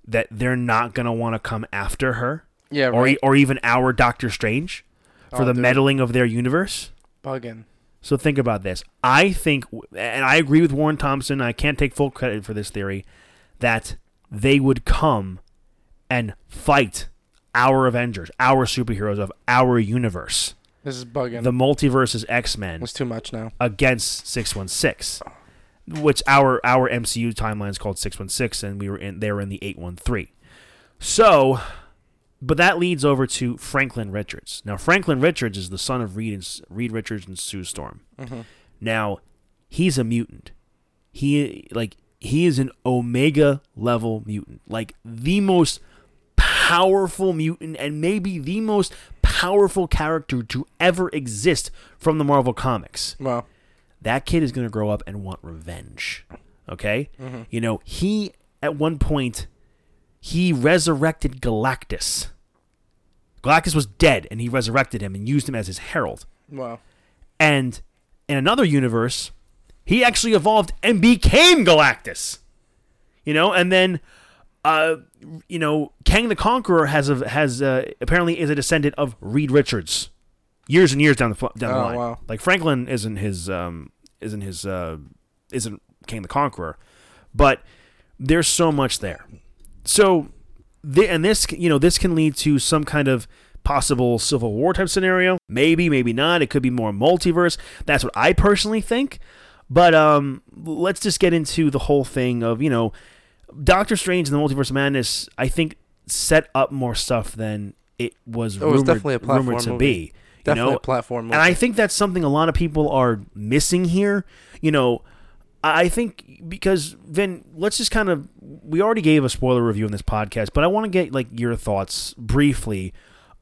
Speaker 1: that they're not going to want to come after her?
Speaker 2: Yeah.
Speaker 1: Or, e,
Speaker 2: Right.
Speaker 1: or even our Doctor Strange for
Speaker 2: Oh,
Speaker 1: the
Speaker 2: dude.
Speaker 1: meddling of their universe?
Speaker 2: Bugging.
Speaker 1: So think about this. I think, and I agree with Warren Thompson. I can't take full credit for this theory that they would come and fight our Avengers, our superheroes of our universe,
Speaker 2: This is bugging.
Speaker 1: the multiverse's X Men,
Speaker 2: it's too much now.
Speaker 1: against Six One Six, which our our MCU timeline is called Six One Six, and we were in they were in the Eight One Three. So, but that leads over to Franklin Richards. Now, Franklin Richards is the son of Reed and S- Reed Richards and Sue Storm. Now, he's a mutant. He like he is an omega level mutant, like the most powerful mutant and maybe the most powerful character to ever exist from the Marvel comics
Speaker 2: Wow.
Speaker 1: that kid is going to grow up and want revenge. Okay? You know, he at one point he resurrected Galactus. Galactus was dead and he resurrected him and used him as his herald.
Speaker 2: Wow.
Speaker 1: And in another universe, he actually evolved and became Galactus. You know, and then uh, you know, Kang the Conqueror has a, has uh, apparently is a descendant of Reed Richards, years and years down the fu- down the
Speaker 2: Oh,
Speaker 1: line.
Speaker 2: wow.
Speaker 1: Like Franklin isn't his um, isn't his uh, isn't Kang the Conqueror, but there's so much there. So, the, and this you know this can lead to some kind of possible civil war type scenario. Maybe, maybe not. It could be more multiverse. That's what I personally think. But um, let's just get into the whole thing of you know Doctor Strange and the Multiverse of Madness, I think, set up more stuff than it was,
Speaker 2: Oh, it was
Speaker 1: rumored,
Speaker 2: definitely a platform
Speaker 1: rumored to
Speaker 2: movie.
Speaker 1: be.
Speaker 2: Definitely
Speaker 1: you know?
Speaker 2: a platform.
Speaker 1: And I think that's something a lot of people are missing here. You know, I I think because Vin, let's just kind of we already gave a spoiler review in this podcast, but I want to get like your thoughts briefly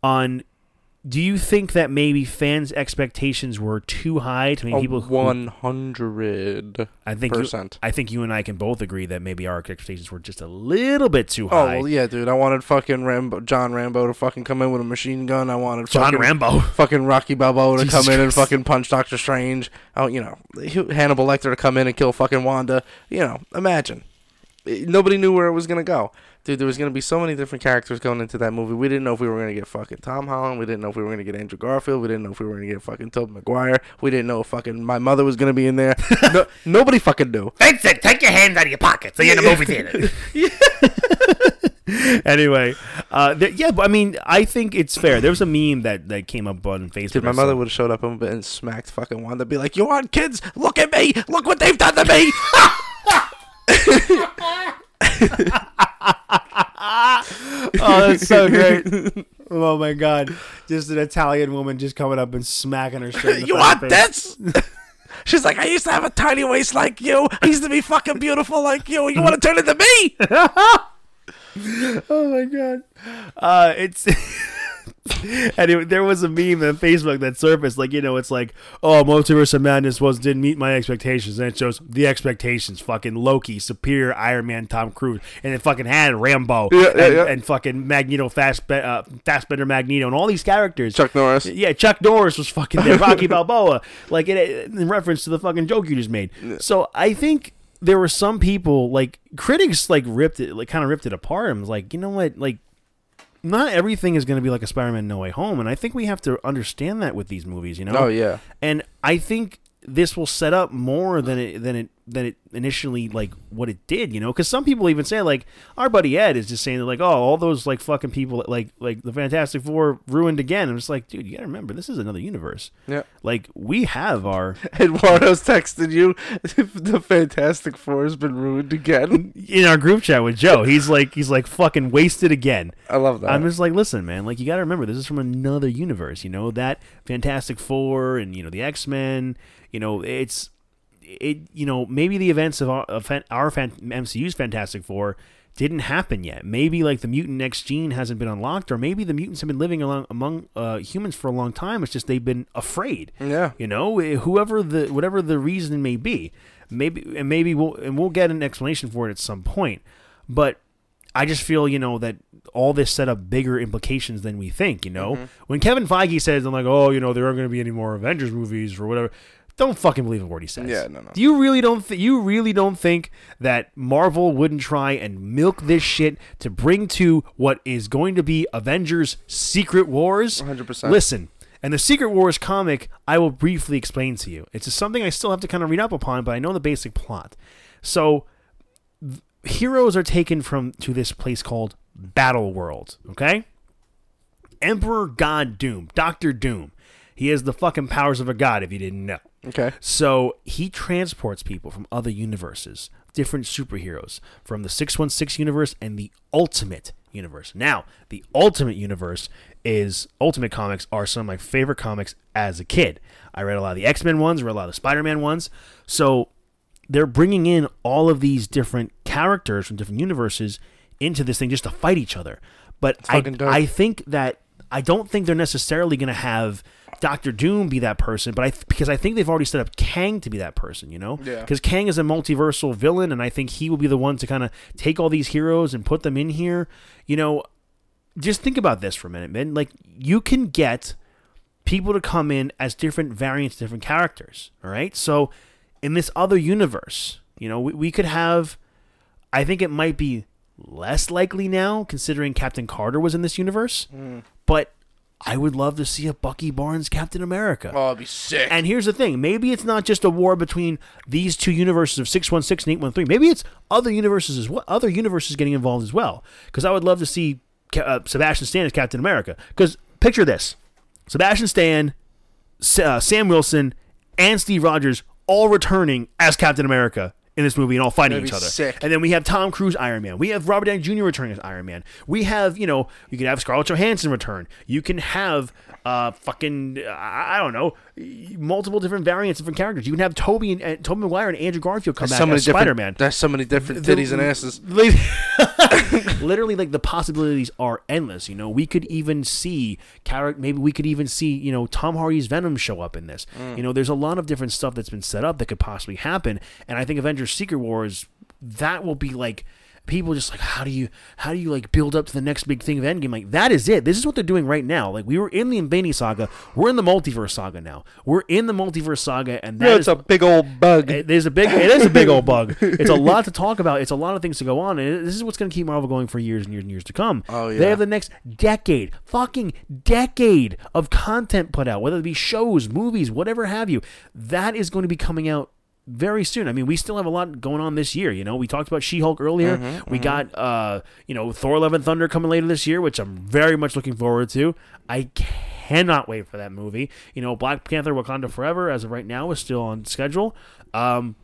Speaker 1: on do you think that maybe fans' expectations were too high to make people who-
Speaker 2: one hundred
Speaker 1: I think you-
Speaker 2: percent.
Speaker 1: I think you and I can both agree that maybe our expectations were just a little bit too
Speaker 2: Oh
Speaker 1: high.
Speaker 2: well, yeah, dude. I wanted fucking Rambo, John Rambo, to fucking come in with a machine gun. I wanted
Speaker 1: John
Speaker 2: fucking,
Speaker 1: Rambo.
Speaker 2: fucking Rocky Balboa to
Speaker 1: Jesus
Speaker 2: come in and
Speaker 1: Christ.
Speaker 2: fucking punch Doctor Strange. Oh, you know, Hannibal Lecter to come in and kill fucking Wanda. You know, imagine. Eh, Nobody knew where it was gonna go, dude. There was gonna be so many different characters going into that movie. We didn't know if we were gonna get fucking Tom Holland. We didn't know if we were gonna get Andrew Garfield. We didn't know if we were gonna get fucking Tobey Maguire. We didn't know if fucking my mother was gonna be
Speaker 1: (laughs)
Speaker 2: in there. no, nobody fucking knew.
Speaker 3: Vincent, take your hands out of your pockets. So you're in a movie
Speaker 1: (laughs)
Speaker 3: theater.
Speaker 1: anyway, uh, th- yeah, but I mean, I think it's fair. There was a meme that, that came up on Facebook.
Speaker 2: Dude, my
Speaker 1: I saw.
Speaker 2: mother would have showed up and, and smacked fucking Wanda, be like, "You want kids? Look at me! Look what they've done to me!" (laughs)
Speaker 1: Oh, that's so great. (laughs) oh my god, just an Italian woman just coming up and smacking her shit.
Speaker 2: you want this? (laughs) She's like, I used to have a tiny waist like you. I used to be fucking beautiful like you. You want to turn into me?
Speaker 1: Oh my god. Uh, it's (laughs) anyway. There was a meme on Facebook that surfaced, like you know, it's like, oh, Multiverse of Madness was didn't meet my expectations, and it shows the expectations. Fucking Loki, Superior, Iron Man, Tom Cruise, and it fucking had Rambo
Speaker 2: Yeah, yeah,
Speaker 1: and,
Speaker 2: yeah.
Speaker 1: and fucking Magneto, Fast uh, Fastbender, Magneto, and all these characters.
Speaker 2: (laughs) Chuck Norris.
Speaker 1: Yeah, Chuck Norris was fucking there. Rocky Balboa, like in, in reference to the fucking joke you just made. So I think there were some people, like critics, like ripped it, like kind of ripped it apart. and was like, you know what, like not everything is going to be like a Spider-Man No Way Home, and I think we have to understand that with these movies, you know.
Speaker 2: Oh, yeah.
Speaker 1: And I think this will set up more than it than it than it initially like what it did, you know. Because some people even say like our buddy Ed is just saying that like oh all those like fucking people that, like like the Fantastic Four ruined again. I'm just like dude, you got to remember this is another universe.
Speaker 2: Yeah.
Speaker 1: Like we have our
Speaker 2: (laughs) Eduardo's texting you. (laughs) the Fantastic Four has been ruined again.
Speaker 1: (laughs) in our group chat with Joe. He's like he's like fucking wasted again.
Speaker 2: I love that.
Speaker 1: I'm just like, listen, man. Like, you got to remember, this is from another universe. You know that Fantastic Four and you know the X Men. You know, it's it. You know, maybe the events of our, of fan- our fan, MCU's Fantastic Four didn't happen yet. Maybe like the mutant next gene hasn't been unlocked, or maybe the mutants have been living along, among uh, humans for a long time. It's just they've been afraid.
Speaker 2: Yeah.
Speaker 1: You know, eh, whoever the whatever the reason may be, maybe and maybe we'll and we'll get an explanation for it at some point. But I just feel you know that all this set up bigger implications than we think. You
Speaker 2: Mm-hmm.
Speaker 1: know, when Kevin Feige says, "I'm like, oh, you know, there aren't going to be any more Avengers movies or whatever," don't fucking believe a word he says.
Speaker 2: Yeah, no, no.
Speaker 1: You really don't. Th- you really don't think that Marvel wouldn't try and milk this shit to bring to what is going to be Avengers: Secret Wars?
Speaker 2: 100%.
Speaker 1: Listen, and the Secret Wars comic, I will briefly explain to you. It's just something I still have to kind of read up upon, but I know the basic plot. So th- heroes are taken from to this place called Battle World. Okay. Emperor God Doom, Doctor Doom. He has the fucking powers of a god if you didn't know.
Speaker 2: okay.
Speaker 1: So he transports people from other universes, different superheroes from the 616 universe and the Ultimate universe. Now, the Ultimate universe is Ultimate comics are some of my favorite comics as a kid. I read a lot of the X Men ones, read a lot of the Spider Man ones. So they're bringing in all of these different characters from different universes into this thing just to fight each other. But I,
Speaker 2: fucking dope.
Speaker 1: I think that I don't think they're necessarily going to have Doctor Doom be that person, but I th- because I think they've already set up Kang to be that person, you know?
Speaker 2: Yeah.
Speaker 1: Because Kang is a multiversal villain, and I think he will be the one to kind of take all these heroes and put them in here. You know, just think about this for a minute, man. Like you can get people to come in as different variants, different characters. All right. So in this other universe, you know, we, we could have. I think it might be less likely now, considering Captain Carter was in this universe. But I would love to see a Bucky Barnes Captain America.
Speaker 2: Oh, it'd be sick.
Speaker 1: And here's the thing: maybe it's not just a war between these two universes of six one six and eight one three. Maybe it's other universes as well, other universes getting involved as well. Because I would love to see Ca- uh, Sebastian Stan as Captain America. Because picture this: Sebastian Stan, S- uh, Sam Wilson, and Steve Rogers all returning as Captain America in this movie and all fighting
Speaker 2: That'd
Speaker 1: each
Speaker 2: be
Speaker 1: other.
Speaker 2: sick.
Speaker 1: And then we have Tom Cruise Iron Man. We have Robert Downey Jr. returning as Iron Man. We have, you know, you can have Scarlett Johansson return. You can have uh fucking I I don't know, multiple different variants of different characters. You can have Toby and uh, Toby Maguire and Andrew Garfield come
Speaker 2: so
Speaker 1: back
Speaker 2: many
Speaker 1: as
Speaker 2: different.
Speaker 1: Spider-Man.
Speaker 2: That's so many different
Speaker 1: The-
Speaker 2: titties and asses. (laughs)
Speaker 1: li- Literally, like the possibilities are endless. You know, we could even see character. Maybe we could even see you know Tom Hardy's Venom show up in this. You know, there's a lot of different stuff that's been set up that could possibly happen. And I think Avengers: Secret Wars that will be like people just like how do you how do you like build up to the next big thing of Endgame? Like that is it. This is what they're doing right now. Like we were in the Infinity Saga, we're in the Multiverse Saga now. We're in the Multiverse Saga, and that's
Speaker 2: It's a big old bug.
Speaker 1: it- there's a big it is a big old bug. It's a lot to talk about. It's a lot of things to go on, and this is what's going to keep Marvel going for years and years and years to come.
Speaker 2: Oh,
Speaker 1: They
Speaker 2: yeah.
Speaker 1: have the next decade, fucking decade of content put out, whether it be shows, movies, whatever have you. That is going to be coming out very soon. I mean, we still have a lot going on this year. You know, we talked about She-Hulk earlier.
Speaker 2: Mm-hmm,
Speaker 1: we got uh, you know, Thor: Love and Thunder coming later this year, which I'm very much looking forward to. I cannot wait for that movie. You know, Black Panther: Wakanda Forever, as of right now, is still on schedule. Um,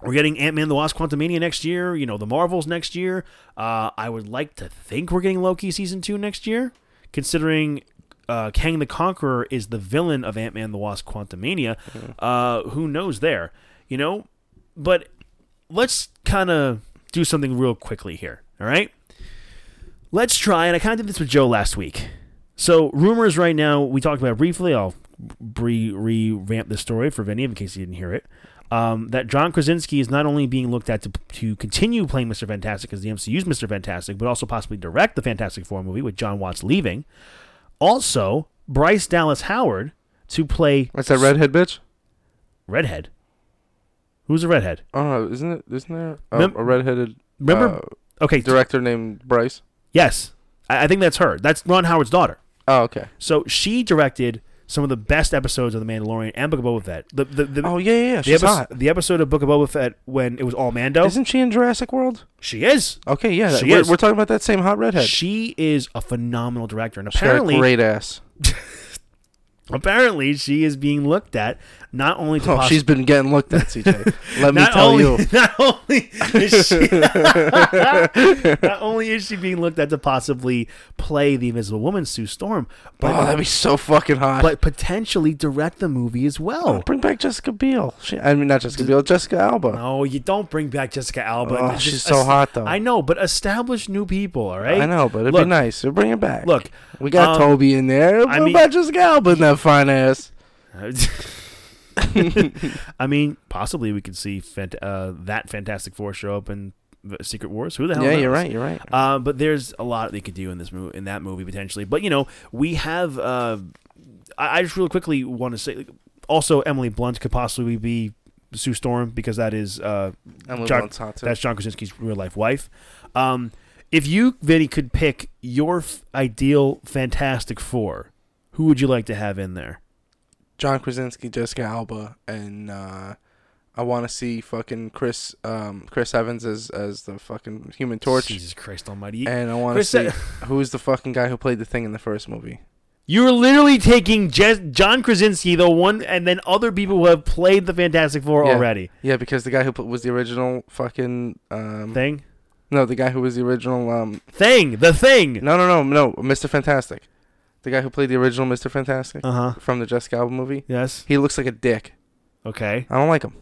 Speaker 1: we're getting Ant Man and the Wasp Quantumania next year, you know, the Marvels next year. Uh, I would like to think we're getting Loki season two next year, considering uh, Kang the Conqueror is the villain of Ant Man and the Wasp Quantumania. Uh, who knows there, you know? But let's kind of do something real quickly here, all right? Let's try, and I kind of did this with Joe last week. So, rumors right now, we talked about it briefly. I'll re revamp the story for Vinny in case you didn't hear it. Um, that John Krasinski is not only being looked at to, to continue playing Mr. Fantastic as the MCU's Mr. Fantastic, but also possibly direct the Fantastic Four movie with John Watts leaving. Also, Bryce Dallas Howard to play
Speaker 2: What's that redhead bitch?
Speaker 1: Redhead. Who's a redhead?
Speaker 2: Oh, isn't it? Isn't there a,
Speaker 1: Mem-
Speaker 2: a redheaded
Speaker 1: Remember?
Speaker 2: uh,
Speaker 1: Okay,
Speaker 2: director named Bryce?
Speaker 1: yes. I, I think that's her. That's Ron Howard's daughter.
Speaker 2: Oh, okay.
Speaker 1: So she directed some of the best episodes of The Mandalorian and Book of Boba Fett. The the the,
Speaker 2: Oh yeah, yeah, yeah.
Speaker 1: the,
Speaker 2: She's
Speaker 1: epi-
Speaker 2: hot.
Speaker 1: the episode of Book of Boba Fett when it was all Mando.
Speaker 2: Isn't she in Jurassic World?
Speaker 1: she is.
Speaker 2: Okay, yeah. that-
Speaker 1: She
Speaker 2: we're,
Speaker 1: is.
Speaker 2: we're talking about that same hot redhead.
Speaker 1: She is a phenomenal director, and
Speaker 2: She's got a
Speaker 1: apparently,
Speaker 2: great ass.
Speaker 1: apparently, she is being looked at not only to
Speaker 2: Oh,
Speaker 1: poss-
Speaker 2: she's been getting looked at,
Speaker 1: (laughs)
Speaker 2: CJ. Let me
Speaker 1: not
Speaker 2: tell
Speaker 1: only, (laughs)
Speaker 2: you. Oh,
Speaker 1: Not only is she
Speaker 2: (laughs)
Speaker 1: not only is she being looked at to possibly play the Invisible Woman, Sue Storm, but
Speaker 2: Oh, that'd be so fucking hot.
Speaker 1: but oh. potentially direct the movie as well.
Speaker 2: Bring back Jessica Biel. She, I mean, not Jessica Biel, Jessica Alba.
Speaker 1: No, you don't bring back Jessica Alba.
Speaker 2: Oh,
Speaker 1: Just
Speaker 2: she's so hot, though.
Speaker 1: I know, but establish new people. All right.
Speaker 2: I know, but it'd
Speaker 1: Look,
Speaker 2: be nice. We'll bring it back.
Speaker 1: Look,
Speaker 2: we
Speaker 1: um,
Speaker 2: got Toby in there. What
Speaker 1: I mean-
Speaker 2: about Jessica Alba in that fine ass?
Speaker 1: (laughs) I mean, possibly we could see fant- uh, that Fantastic Four show up in the Secret Wars. Who the hell?
Speaker 2: Yeah,
Speaker 1: knows?
Speaker 2: you're right. You're right.
Speaker 1: Uh, but there's a lot they could do in this movie, in that movie potentially. But you know, we have. Uh, I, I just really quickly want to say, also Emily Blunt could possibly be Sue Storm because that is uh,
Speaker 2: Emily
Speaker 1: Jar-
Speaker 2: Blunt's hot, too.
Speaker 1: That's John Krasinski's real life wife. Um, if you Vinny could pick your f- ideal Fantastic Four, who would you like to have in there?
Speaker 2: John Krasinski, Jessica Alba, and uh, I want to see fucking Chris um, Chris Evans as as the fucking Human Torch,
Speaker 1: Jesus Christ Almighty!
Speaker 2: and I want to
Speaker 1: Chris
Speaker 2: see
Speaker 1: E- (laughs)
Speaker 2: who's the fucking guy who played the thing in the first movie.
Speaker 1: You're literally taking Je- John Krasinski, the one, and then other people who have played the Fantastic Four
Speaker 2: Yeah.
Speaker 1: already.
Speaker 2: Yeah, because the guy who pl- was the original fucking um,
Speaker 1: Thing,
Speaker 2: no, the guy who was the original um,
Speaker 1: thing, the thing.
Speaker 2: no, no, no, no, Mr. Fantastic, the guy who played the original Mr. Fantastic
Speaker 1: Uh huh.
Speaker 2: from the Jessica Alba movie.
Speaker 1: Yes.
Speaker 2: He looks like a dick.
Speaker 1: Okay.
Speaker 2: I don't like him.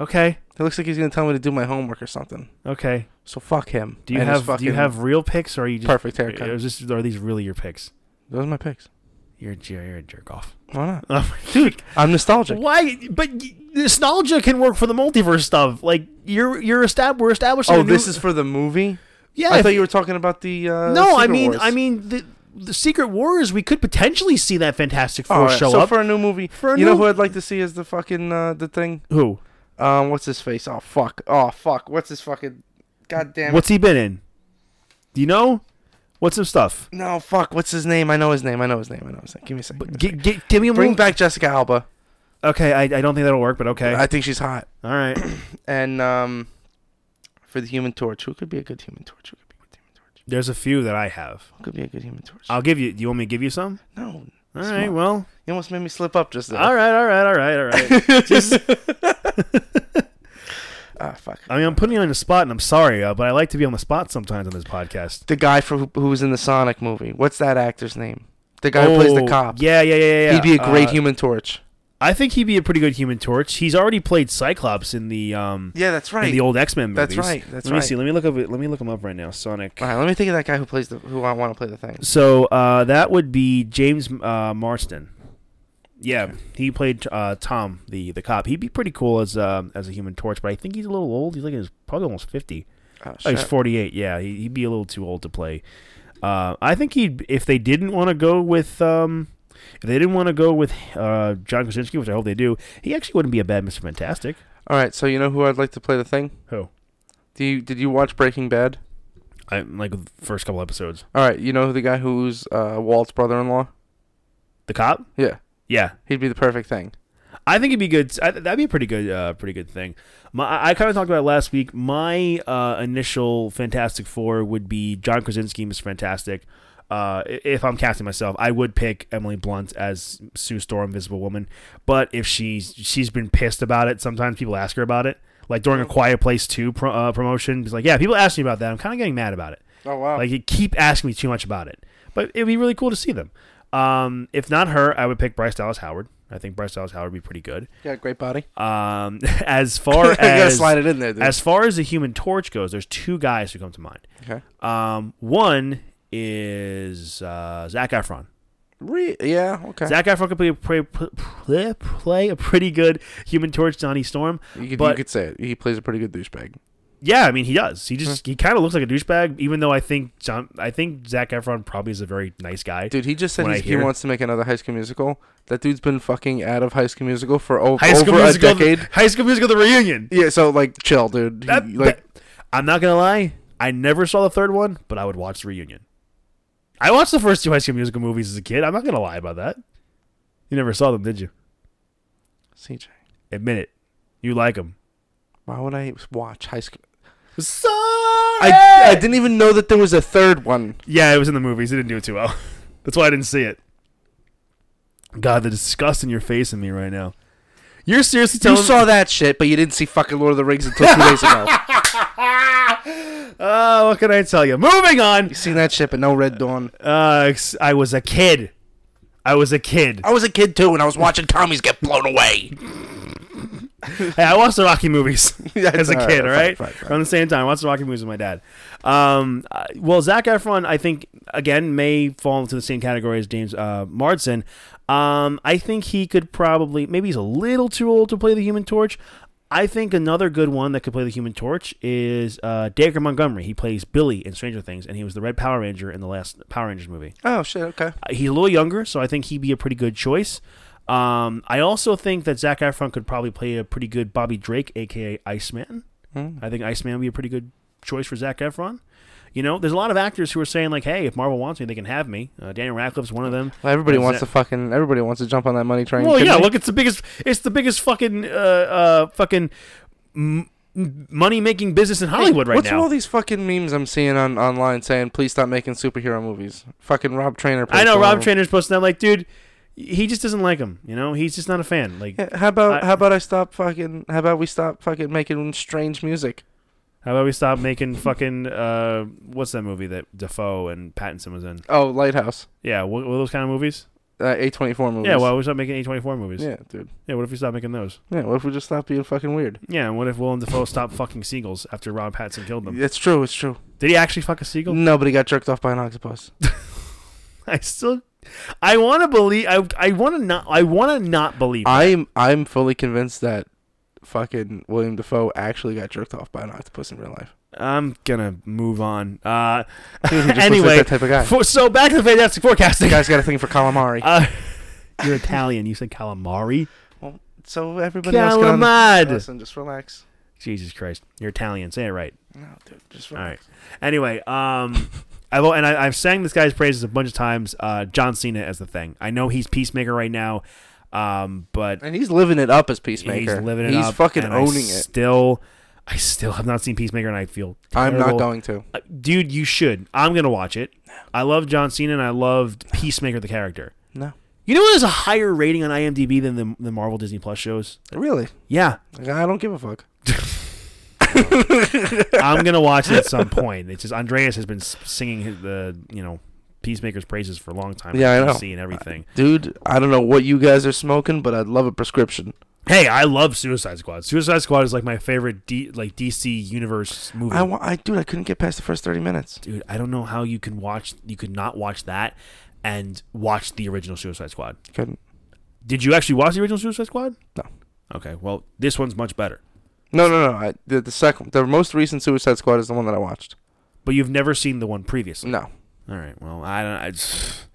Speaker 1: Okay.
Speaker 2: He looks like he's gonna tell me to do my homework or something.
Speaker 1: Okay.
Speaker 2: So fuck him.
Speaker 1: Do you
Speaker 2: and his
Speaker 1: have do you
Speaker 2: fucking
Speaker 1: have real picks, or are you just
Speaker 2: perfect
Speaker 1: Or
Speaker 2: haircut?
Speaker 1: is this- are these really your picks?
Speaker 2: Those are my picks.
Speaker 1: You're a jer- you're a jerk off, (laughs)
Speaker 2: Why not?
Speaker 1: dude.
Speaker 2: I'm nostalgic.
Speaker 1: Why? But y- nostalgia can work for the multiverse stuff. Like you're you're estab- we're establishing.
Speaker 2: Oh,
Speaker 1: a new-
Speaker 2: this is for the movie.
Speaker 1: yeah.
Speaker 2: I
Speaker 1: if-
Speaker 2: thought you were talking about the. Uh,
Speaker 1: no, I
Speaker 2: Secret
Speaker 1: mean
Speaker 2: Wars.
Speaker 1: I mean the the Secret Wars. We could potentially see that Fantastic Four
Speaker 2: All right,
Speaker 1: show
Speaker 2: so
Speaker 1: up.
Speaker 2: for a new movie.
Speaker 1: For a
Speaker 2: you know
Speaker 1: new-
Speaker 2: who I'd like to see is the fucking uh, the thing.
Speaker 1: Who?
Speaker 2: Um, what's his face? Oh fuck. Oh fuck. What's his fucking? God damn. it.
Speaker 1: What's he been in? Do you know? What's some stuff?
Speaker 2: No, fuck. What's his name? I know his name. I know his name. I know his name. Give me a second. give me a
Speaker 1: G-
Speaker 2: second.
Speaker 1: g- give me a
Speaker 2: Bring
Speaker 1: little-
Speaker 2: back Jessica Alba.
Speaker 1: Okay, I, I don't think that'll work, but okay.
Speaker 2: I think she's hot.
Speaker 1: All right.
Speaker 2: And um, for the Human Torch, who could be a good Human Torch? Who could be a good Human Torch?
Speaker 1: There's a few that I have.
Speaker 2: Who could be a good Human Torch?
Speaker 1: I'll give you. Do you want me to give you some?
Speaker 2: no.
Speaker 1: All right.
Speaker 2: Smart.
Speaker 1: Well.
Speaker 2: You almost made me slip up just there.
Speaker 1: All right. All right. All right. All right. Just,
Speaker 2: Ah, fuck.
Speaker 1: (laughs) I mean, I'm putting you on the spot, and I'm sorry, uh, but I like to be on the spot sometimes on this podcast.
Speaker 2: The guy for who, who was in the Sonic movie. What's that actor's name? The guy who plays the
Speaker 1: Oh,
Speaker 2: cop.
Speaker 1: Yeah. Yeah. Yeah. Yeah.
Speaker 2: He'd be a great
Speaker 1: Uh,
Speaker 2: Human Torch.
Speaker 1: I think he'd be a pretty good Human Torch. He's already played Cyclops in the um
Speaker 2: Yeah, that's
Speaker 1: in
Speaker 2: right.
Speaker 1: the old X Men movies.
Speaker 2: That's right, that's
Speaker 1: let me
Speaker 2: right.
Speaker 1: see. Let me look up. Let me look him up right now. Sonic.
Speaker 2: All right, let me think of that guy who plays the who I want to play the thing.
Speaker 1: So uh, that would be James uh, Marston. Yeah, he played uh, Tom, the the cop. He'd be pretty cool as uh, as a Human Torch, but I think he's a little old. He's like he's probably almost fifty.
Speaker 2: Oh,
Speaker 1: Oh, he's
Speaker 2: shit.
Speaker 1: forty eight. Yeah, he, he'd be a little too old to play. Uh, I think he'd if they didn't want to go with um, if they didn't want to go with uh, John Krasinski, which I hope they do. He actually wouldn't be a bad Mister Fantastic.
Speaker 2: All right, so you know who I'd like to play the thing?
Speaker 1: Who?
Speaker 2: Do you did you watch Breaking Bad?
Speaker 1: I like the first couple episodes.
Speaker 2: All right, you know who the guy who's uh, Walt's brother-in-law?
Speaker 1: The cop.
Speaker 2: Yeah,
Speaker 1: Yeah,
Speaker 2: he'd be the perfect thing.
Speaker 1: I think it'd be good. I, that'd be a pretty good, uh, pretty good thing. My, I kind of talked about it last week. My uh, initial Fantastic Four would be John Krasinski, Mr. Fantastic. Uh, i- if I'm casting myself, I would pick Emily Blunt as Sue Storm, Invisible Woman. But if she's she's been pissed about it, sometimes people ask her about it. Like during a Quiet Place Two pro, uh, promotion, it's like, yeah, people ask me about that. I'm kind of getting mad about it.
Speaker 2: Oh wow.
Speaker 1: Like you keep asking me too much about it. But it'd be really cool to see them. Um, if not her, I would pick Bryce Dallas Howard. I think Bryce Dallas Howard would be pretty good.
Speaker 2: yeah, great body.
Speaker 1: Um, (laughs) as
Speaker 2: (laughs)
Speaker 1: far
Speaker 2: I gotta
Speaker 1: as
Speaker 2: slide it in there, dude.
Speaker 1: as far as the Human Torch goes, there's two guys who come to mind.
Speaker 2: okay.
Speaker 1: Um, one is uh, Zach Efron.
Speaker 2: Re- yeah. Okay.
Speaker 1: Zach Efron could play, play, play, play a pretty good Human Torch, Johnny Storm.
Speaker 2: you, could, you
Speaker 1: but-
Speaker 2: could say it. He plays a pretty good douchebag.
Speaker 1: Yeah, I mean he does. He just
Speaker 2: Hmm.
Speaker 1: he kind of looks like a douchebag, even though I think John, I think Zach Efron probably is a very nice guy.
Speaker 2: Dude, he just said
Speaker 1: When I
Speaker 2: he's, he
Speaker 1: hear-
Speaker 2: wants to make another High School Musical. That dude's been fucking out of High School Musical for o-
Speaker 1: High School
Speaker 2: over
Speaker 1: Musical,
Speaker 2: a decade.
Speaker 1: High School Musical, the reunion.
Speaker 2: Yeah, so like, chill, dude. He-
Speaker 1: That-
Speaker 2: like,
Speaker 1: that- I'm not gonna lie, I never saw the third one, but I would watch the reunion. I watched the first two High School Musical movies as a kid. I'm not gonna lie about that. You never saw them, did you?
Speaker 2: CJ,
Speaker 1: Admit it. You like them.
Speaker 2: why would I watch High School?
Speaker 1: Sorry.
Speaker 2: I, I didn't even know that there was a third one.
Speaker 1: Yeah, it was in the movies. It didn't do too well. (laughs) That's why I didn't see it. God, the disgust in your face in me right now. You're seriously
Speaker 2: You
Speaker 1: telling
Speaker 2: saw that shit, but you didn't see fucking Lord of the Rings until two days ago.
Speaker 1: Oh, what can I tell you? Moving on.
Speaker 2: You (laughs) seen that shit, but no Red Dawn.
Speaker 1: Uh, ex- I was a kid. I was a kid.
Speaker 2: I was a kid too, and I was watching Tommy's get blown away.
Speaker 1: Hey, I watched the Rocky (laughs) movies as a
Speaker 2: all
Speaker 1: kid,
Speaker 2: right,
Speaker 1: all right?
Speaker 2: fine, fine, fine.
Speaker 1: Around the same time, I watched the Rocky movies with my dad. Um, uh, well, Zach Efron, I think, again, may fall into the same category as James uh, Marsden. Um, I think he could probably, maybe he's a little too old to play the Human Torch. I think another good one that could play the Human Torch is uh, Dacre Montgomery. He plays Billy in Stranger Things, and he was the Red Power Ranger in the last Power Rangers movie
Speaker 2: Oh shit, okay.
Speaker 1: he's a little younger, so I think he'd be a pretty good choice. Um, I also think that Zach Efron could probably play a pretty good Bobby Drake, aka Iceman.
Speaker 2: Hmm.
Speaker 1: I think Iceman would be a pretty good choice for Zach Efron. You know, there's a lot of actors who are saying like, "Hey, if Marvel wants me, they can have me." Uh, Daniel Radcliffe's one of them.
Speaker 2: Well, everybody
Speaker 1: Is
Speaker 2: wants
Speaker 1: that-
Speaker 2: to fucking. Everybody wants to jump on that money train.
Speaker 1: Well,
Speaker 2: couldn't
Speaker 1: yeah.
Speaker 2: they?
Speaker 1: Look, it's the biggest. It's the biggest fucking uh, uh, fucking m- money making business in Hollywood right
Speaker 2: What's
Speaker 1: now.
Speaker 2: with all these fucking memes I'm seeing on online saying, "Please stop making superhero movies." Fucking Rob Trainer.
Speaker 1: I know
Speaker 2: posted
Speaker 1: Rob
Speaker 2: one.
Speaker 1: Trainer's posting that like, dude, he just doesn't like him. You know, he's just not a fan. Like,
Speaker 2: Yeah, how about
Speaker 1: I-
Speaker 2: how about I stop fucking? How about we stop fucking making strange music?
Speaker 1: How about we stop making fucking uh, what's that movie that Defoe and Pattinson was in?
Speaker 2: Oh, Lighthouse,
Speaker 1: Yeah, were, were those kind of movies?
Speaker 2: uh, A24 movies.
Speaker 1: Yeah, why would we stop making A twenty four movies?
Speaker 2: yeah, dude.
Speaker 1: Yeah, what if we stop making those?
Speaker 2: Yeah, what if we just stop being fucking weird?
Speaker 1: Yeah, and what if Willem Defoe stopped fucking seagulls after Rob Pattinson killed them?
Speaker 2: It's true. It's true.
Speaker 1: Did he actually fuck a seagull?
Speaker 2: Nobody got jerked off by an octopus.
Speaker 1: (laughs) I still, I want to believe. I I want to not. I want to not believe. it.
Speaker 2: I'm I'm fully convinced that fucking William Defoe actually got jerked off by an octopus in real life. (laughs)
Speaker 1: I'm gonna move on. Uh,
Speaker 2: Dude, he just looks like
Speaker 1: anyway,
Speaker 2: that type of guy.
Speaker 1: for- so back to the fantastic
Speaker 2: The
Speaker 1: forecasting.
Speaker 2: guy's got a thing for calamari.
Speaker 1: (laughs) Uh, you're Italian. You said calamari.
Speaker 2: well, so everybody else can under-
Speaker 1: Calamad.
Speaker 2: Listen, just relax.
Speaker 1: Jesus Christ, you're Italian. Say it right.
Speaker 2: No, dude, just
Speaker 1: All right.
Speaker 2: relax.
Speaker 1: Anyway, um, (laughs) I've, and I, I've sang this guy's praises a bunch of times. Uh, John Cena as the thing. I know he's Peacemaker right now, um, but
Speaker 2: And he's living it up as Peacemaker.
Speaker 1: He's living it
Speaker 2: He's
Speaker 1: up,
Speaker 2: fucking
Speaker 1: and I
Speaker 2: owning it.
Speaker 1: Still, I still have not seen Peacemaker, and I feel
Speaker 2: I'm not
Speaker 1: terrible.
Speaker 2: going to.
Speaker 1: Uh, Dude, you should. I'm gonna watch it. I love John Cena, and I loved Peacemaker the character.
Speaker 2: No.
Speaker 1: You know, there's a higher rating on IMDb than the, the Marvel Disney Plus shows.
Speaker 2: Really?
Speaker 1: Yeah,
Speaker 2: Like, I don't give a fuck.
Speaker 1: I'm gonna watch it at some point. It's just Andreas has been s- singing his, the you know Peacemaker's praises for a long time.
Speaker 2: Yeah, I know.
Speaker 1: Seeing everything.
Speaker 2: Dude, I don't know what you guys are smoking, but I'd love a prescription.
Speaker 1: Hey, I love Suicide Squad. Suicide Squad is like my favorite D, like DC universe movie.
Speaker 2: I want, I dude, I couldn't get past the first 30 minutes.
Speaker 1: Dude, I don't know how you can watch you could not watch that and watch the original Suicide Squad.
Speaker 2: Couldn't.
Speaker 1: Did you actually watch the original Suicide Squad?
Speaker 2: No.
Speaker 1: Okay, well, this one's much better.
Speaker 2: No, no, no. I, the, the second, the most recent Suicide Squad is the one that I watched.
Speaker 1: But you've never seen the one previously.
Speaker 2: No.
Speaker 1: All right. Well, I don't I just,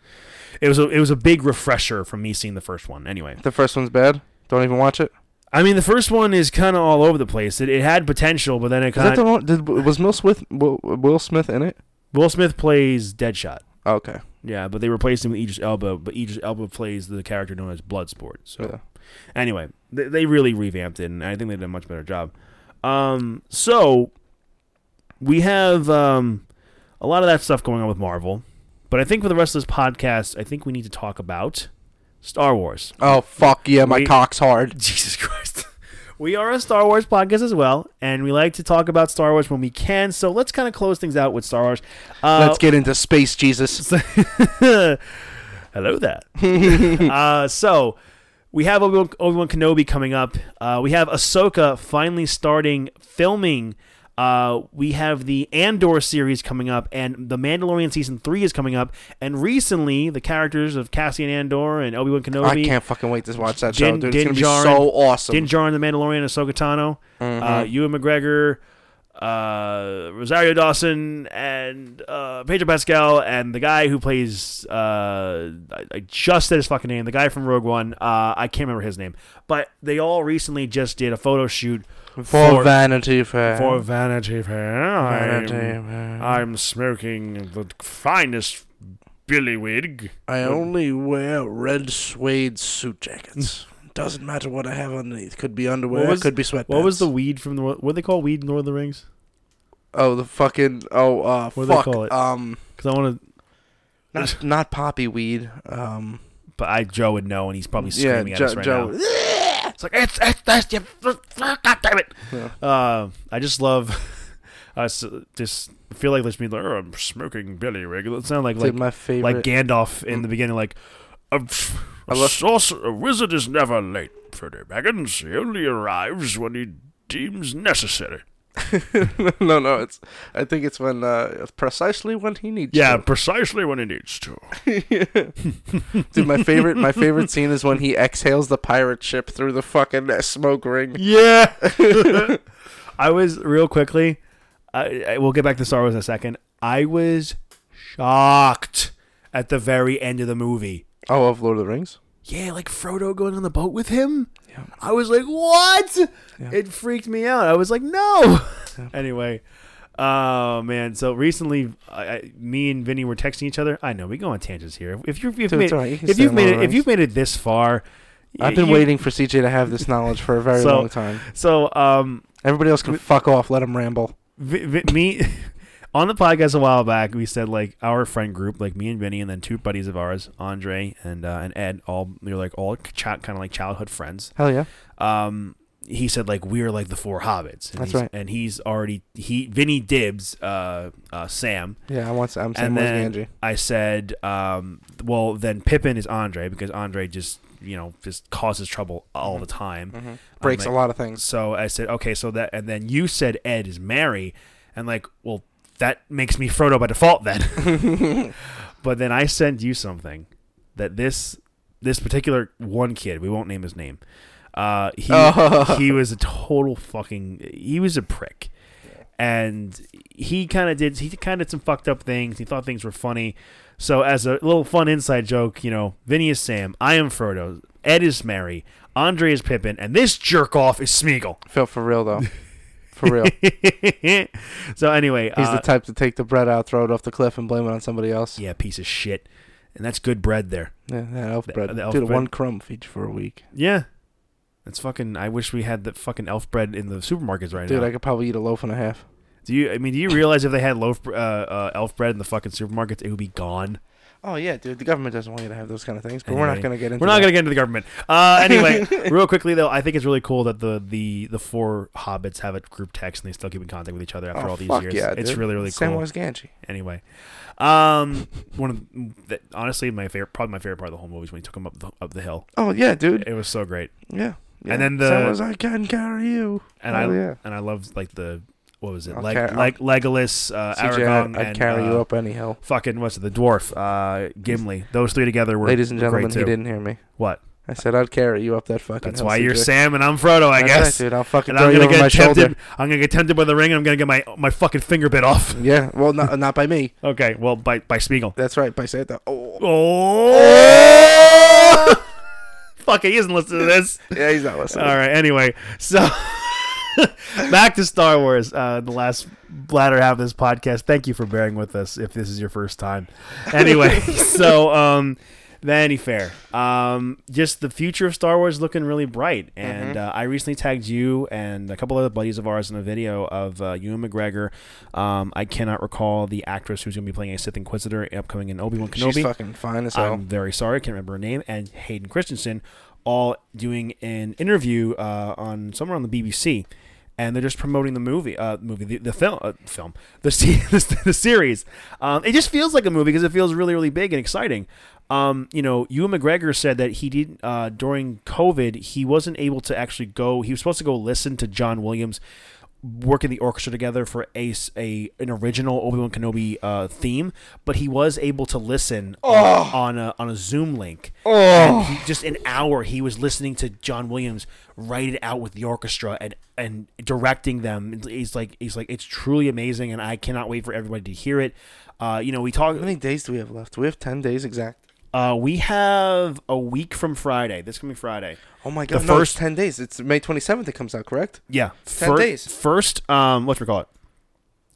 Speaker 1: It was a it was a big refresher from me seeing the first one. Anyway,
Speaker 2: The first one's bad. Don't even watch it.
Speaker 1: I mean the first one is kind of all over the place. It, it had potential, but then it
Speaker 2: Is
Speaker 1: kind
Speaker 2: that the
Speaker 1: of
Speaker 2: one? Did, was Will Smith Will, Will Smith in it?
Speaker 1: Will Smith plays Deadshot.
Speaker 2: Okay.
Speaker 1: Yeah, but they replaced him with Idris Elba. But Idris Elba plays the character known as Bloodsport. So
Speaker 2: Yeah.
Speaker 1: anyway, they, they really revamped it, and I think they did a much better job. Um, so we have um, a lot of that stuff going on with Marvel, but I think for the rest of this podcast, I think we need to talk about Star Wars.
Speaker 2: Oh fuck yeah, my
Speaker 1: We-
Speaker 2: cock's hard.
Speaker 1: (laughs) Jesus Christ. We are a Star Wars podcast as well, and we like to talk about Star Wars when we can. So let's kind of close things out with Star Wars. Uh,
Speaker 2: Let's get into space, Jesus.
Speaker 1: (laughs) Hello
Speaker 2: (laughs)
Speaker 1: there. uh, so we have Obi Wan Kenobi coming up. Uh, we have Ahsoka finally starting filming. Uh, we have the Andor series coming up, and the Mandalorian season three is coming up. And recently, the characters of Cassian Andor and Obi Wan Kenobi,
Speaker 2: I can't fucking wait to watch that show,
Speaker 1: Din,
Speaker 2: dude.
Speaker 1: Din
Speaker 2: it's gonna
Speaker 1: Djarin,
Speaker 2: be so awesome. Mm-hmm.
Speaker 1: Din Djarin, the Mandalorian, Ahsoka Tano, uh, Ewan McGregor, uh, Rosario Dawson, and uh, Pedro Pascal, and the guy who plays uh, I, I just said his fucking name, the guy from Rogue One. Uh, I can't remember his name, but they all recently just did a photo shoot
Speaker 2: for, Vanity Fair.
Speaker 1: for Vanity Fair. I'm-
Speaker 2: Vanity Fair.
Speaker 1: I'm smoking the finest billywig.
Speaker 2: I only wear red suede
Speaker 1: (laughs)
Speaker 2: suit jackets. Doesn't matter what I have underneath. Could be underwear.
Speaker 1: What was-
Speaker 2: could be sweatpants.
Speaker 1: What was the weed from the what do they call weed in Lord of the Rings?
Speaker 2: oh the fucking oh uh
Speaker 1: What do they
Speaker 2: fuck
Speaker 1: call it?
Speaker 2: um
Speaker 1: Because I want to. (laughs)
Speaker 2: not not poppy weed um
Speaker 1: But I Joe would know, and he's probably
Speaker 2: yeah
Speaker 1: screaming at
Speaker 2: Joe,
Speaker 1: us right
Speaker 2: Joe (laughs)
Speaker 1: now.
Speaker 3: It's like, it's, it's, that's your, God damn it.
Speaker 1: Uh, I just love. (laughs) I s- just feel like let's be like, oh, I'm smoking Billy Rig. It sound like
Speaker 2: dude,
Speaker 1: like
Speaker 2: my favorite Mm.
Speaker 1: like Gandalf in the beginning, like a, f- a
Speaker 2: I love-
Speaker 1: sorcer- a wizard is never late, Freddy Baggins. He only arrives when he deems necessary.
Speaker 2: (laughs) no, no, it's. I think it's when uh, it's precisely when he needs.
Speaker 1: Yeah, precisely when he needs to.
Speaker 2: to. (laughs) dude, my favorite, my favorite scene is when he exhales the pirate ship through the fucking uh, smoke ring. (laughs)
Speaker 1: Yeah. (laughs) I was real quickly. I, I we'll get back to Star Wars in a second. I was shocked at the very end of the movie.
Speaker 2: Oh, of Lord of the Rings.
Speaker 1: Yeah, like Frodo going on the boat with him. I was like, what? It freaked me out. I was like, no. (laughs) anyway, oh man. So recently, I, I, me and Vinny were texting each other. I know we go on tangents here. If you've, you've
Speaker 2: Dude,
Speaker 1: made,
Speaker 2: it's all right. You can
Speaker 1: if
Speaker 2: stay
Speaker 1: you've
Speaker 2: on
Speaker 1: made
Speaker 2: Lord
Speaker 1: it,
Speaker 2: of
Speaker 1: if
Speaker 2: the
Speaker 1: you've made it this far,
Speaker 2: I've been
Speaker 1: you-
Speaker 2: waiting for CJ to have this knowledge for a very
Speaker 1: So-
Speaker 2: long time.
Speaker 1: So, um,
Speaker 2: Everybody else can fuck off. Let him ramble.
Speaker 1: Vi- Vi- me (laughs) on the podcast a while back we said like our friend group like me and vinny and then two buddies of ours andre and uh, and ed all we were like all ch- kind of like childhood friends
Speaker 2: Hell yeah.
Speaker 1: um he said like we're like the four hobbits and
Speaker 2: That's
Speaker 1: he's,
Speaker 2: right.
Speaker 1: and he's already he vinny dibs uh uh sam
Speaker 2: Yeah, I want. to- I'm saying
Speaker 1: and
Speaker 2: where's
Speaker 1: then
Speaker 2: Angie.
Speaker 1: I said, um, well, then Pippin is Andre because Andre just, you know, just causes trouble all
Speaker 2: Mm-hmm.
Speaker 1: the time. Um,
Speaker 2: Breaks
Speaker 1: like-
Speaker 2: a lot of things.
Speaker 1: so I said, okay, so that, and then you said Ed is Mary, and like, well, that makes me Frodo by default then.
Speaker 2: (laughs)
Speaker 1: but then I sent you something that this this particular one kid, we won't name his name, uh, he
Speaker 2: Oh. (laughs)
Speaker 1: he was a total fucking, he was a prick, and he kind of did he kind of did some fucked up things. He thought things were funny. So as a little fun inside joke, you know, Vinny is Sam, I am Frodo, Ed is Mary, Andre is Pippin, and this jerk off is Smeagol.
Speaker 2: Phil, for real though. for
Speaker 1: (laughs)
Speaker 2: real.
Speaker 1: so anyway,
Speaker 2: He's
Speaker 1: uh,
Speaker 2: the type to take the bread out, throw it off the cliff, and blame it on somebody else. Yeah,
Speaker 1: yeah, piece of shit, and that's good bread there.
Speaker 2: that elf bread.
Speaker 1: the elf
Speaker 2: Dude,
Speaker 1: bread.
Speaker 2: one crumb feed you for a week.
Speaker 1: Yeah, that's fucking. I wish we had the fucking elf bread in the supermarkets right
Speaker 2: Dude,
Speaker 1: now.
Speaker 2: I could probably eat a loaf and a half.
Speaker 1: do you? I mean, do you realize if they had loaf uh, uh, elf bread in the fucking supermarkets, it would be gone.
Speaker 2: Oh yeah, dude. The government doesn't want you to have those kind of things, but we're
Speaker 1: Anyway,
Speaker 2: not gonna get into.
Speaker 1: We're not
Speaker 2: that.
Speaker 1: going to get into the government. Uh,
Speaker 2: (laughs)
Speaker 1: anyway, real quickly though, I think it's really cool that the the the four hobbits have a group text and they still keep in contact with each other after
Speaker 2: Oh,
Speaker 1: all these
Speaker 2: fuck
Speaker 1: years.
Speaker 2: yeah,
Speaker 1: it's
Speaker 2: dude.
Speaker 1: really really cool.
Speaker 2: Samwise Gamgee.
Speaker 1: Anyway, um, one of the, honestly my favorite, probably my favorite part of the whole movie is when he took him up the, up the hill.
Speaker 2: Oh yeah, dude.
Speaker 1: It was so great,
Speaker 2: Yeah. yeah.
Speaker 1: And then the-
Speaker 2: Samwise, I can carry you.
Speaker 1: and
Speaker 2: Hell
Speaker 1: I
Speaker 2: yeah.
Speaker 1: and I loved like the what was it
Speaker 2: I'll
Speaker 1: like
Speaker 2: car-
Speaker 1: like Legolas, uh,
Speaker 2: CJ,
Speaker 1: Aragorn,
Speaker 2: I'd, I'd
Speaker 1: and
Speaker 2: carry
Speaker 1: uh,
Speaker 2: you up any hill.
Speaker 1: fucking what's it the dwarf uh, Gimli. Those three together were
Speaker 2: Ladies and
Speaker 1: were
Speaker 2: gentlemen,
Speaker 1: great
Speaker 2: he
Speaker 1: too.
Speaker 2: didn't hear me.
Speaker 1: What?
Speaker 2: I said I'd carry you up that fucking.
Speaker 1: That's
Speaker 2: hill,
Speaker 1: why you're
Speaker 2: CJ.
Speaker 1: Sam and I'm Frodo, I
Speaker 2: That's right,
Speaker 1: guess.
Speaker 2: dude. I'll fucking
Speaker 1: and
Speaker 2: throw
Speaker 1: I'm
Speaker 2: you
Speaker 1: gonna
Speaker 2: over my
Speaker 1: get tempted.
Speaker 2: shoulder.
Speaker 1: I'm gonna get tempted by the ring. and I'm gonna get my my fucking finger bit off. (laughs)
Speaker 2: Yeah. Well, not (laughs) not by me.
Speaker 1: Okay, well by by Spiegel.
Speaker 2: That's right, by Santa. Oh.
Speaker 1: Oh, (laughs) fuck! it, He isn't listening to this.
Speaker 2: Yeah, he's not listening.
Speaker 1: All right. Anyway, so (laughs) back to Star Wars. Uh, the last latter half of this podcast. Thank you for bearing with us if this is your first time. Anyway, so um, Vanity Fair. Um, just the future of Star Wars looking really bright. And uh, I recently tagged you and a couple other buddies of ours in a video of uh, Ewan McGregor. Um, I cannot recall the actress who's going to be playing a Sith Inquisitor upcoming in Obi Wan Kenobi.
Speaker 2: She's fucking fine as hell.
Speaker 1: I'm very sorry, can't remember her name, and Hayden Christensen, all doing an interview uh, on somewhere on the BBC, and they're just promoting the movie, uh, movie, the, the film, uh, film, the se- (laughs) the, the series. Um, it just feels like a movie because it feels really, really big and exciting. Um, you know, Ewan McGregor said that he didn't uh, during COVID. He wasn't able to actually go. He was supposed to go listen to John Williams working the orchestra together for a, s- a- an original Obi Wan Kenobi uh, theme, but he was able to listen on, on a on a Zoom link. And he, just an hour, he was listening to John Williams write it out with the orchestra and and directing them. He's like he's like it's truly amazing, and I cannot wait for everybody to hear it. Uh, you know, we talk.
Speaker 2: How many days do we have left? We have ten days exact.
Speaker 1: Uh, we have a week from Friday. This coming Friday.
Speaker 2: Oh my
Speaker 1: The
Speaker 2: god! no, it's
Speaker 1: first-
Speaker 2: ten days. It's May twenty seventh. It comes out, correct?
Speaker 1: Yeah,
Speaker 2: 10 days.
Speaker 1: First, um, what's we call it?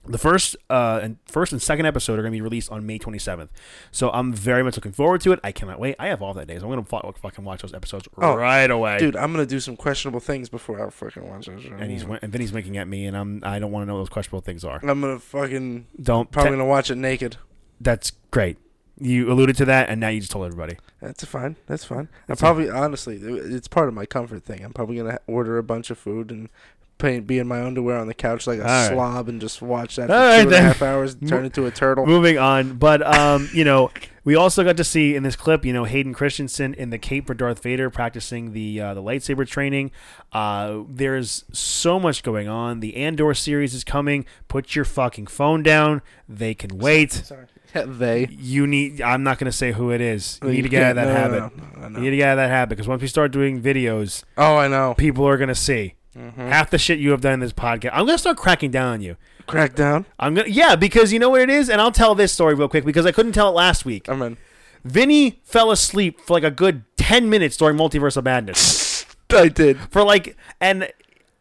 Speaker 1: The first, uh, and first and second episode are going to be released on May 27th. So I'm very much looking forward to it. I cannot wait. I have all that day, so I'm going to fu- fucking watch those episodes
Speaker 2: Oh,
Speaker 1: right away.
Speaker 2: Dude, I'm gonna do some questionable things before I fucking watch this.
Speaker 1: And he's and Vinny's winking at me, and I'm I don't want to know what those questionable things are.
Speaker 2: I'm gonna fucking
Speaker 1: Don't.
Speaker 2: Mm, probably
Speaker 1: that-
Speaker 2: gonna watch it naked.
Speaker 1: that's great. You alluded to that, and now you just told everybody.
Speaker 2: That's fine. That's fine. I'm probably honestly, it- it's part of my comfort thing. I'm probably gonna order a bunch of food and pay, be in my underwear on the couch like a
Speaker 1: All right.
Speaker 2: slob and just watch that
Speaker 1: All
Speaker 2: for
Speaker 1: right,
Speaker 2: two and a
Speaker 1: then. (laughs)
Speaker 2: half hours, and turn
Speaker 1: Mo-
Speaker 2: into a turtle.
Speaker 1: Moving on, but um, you know, we also got to see in this clip, you know, Hayden Christensen in the cape for Darth Vader practicing the uh, the lightsaber training. Uh, there's so much going on. The Andor series is coming. Put your fucking phone down. They can wait.
Speaker 2: Sorry. Yeah, they.
Speaker 1: You need. I'm not gonna say who it is. You need to get out of that
Speaker 2: No, no,
Speaker 1: habit.
Speaker 2: no, no, no, no.
Speaker 1: You need to get out of that habit because once we start doing videos,
Speaker 2: Oh, I know.
Speaker 1: people are gonna see
Speaker 2: Mhm.
Speaker 1: half the shit you have done in this podcast. I'm gonna start cracking down on you.
Speaker 2: Crackdown.
Speaker 1: I'm gonna yeah because you know what it is, and I'll tell this story real quick because I couldn't tell it last week.
Speaker 2: I'm
Speaker 1: (laughs)
Speaker 2: in.
Speaker 1: Vinny fell asleep for like a good 10 minutes during Multiverse of Madness.
Speaker 2: I did.
Speaker 1: For like and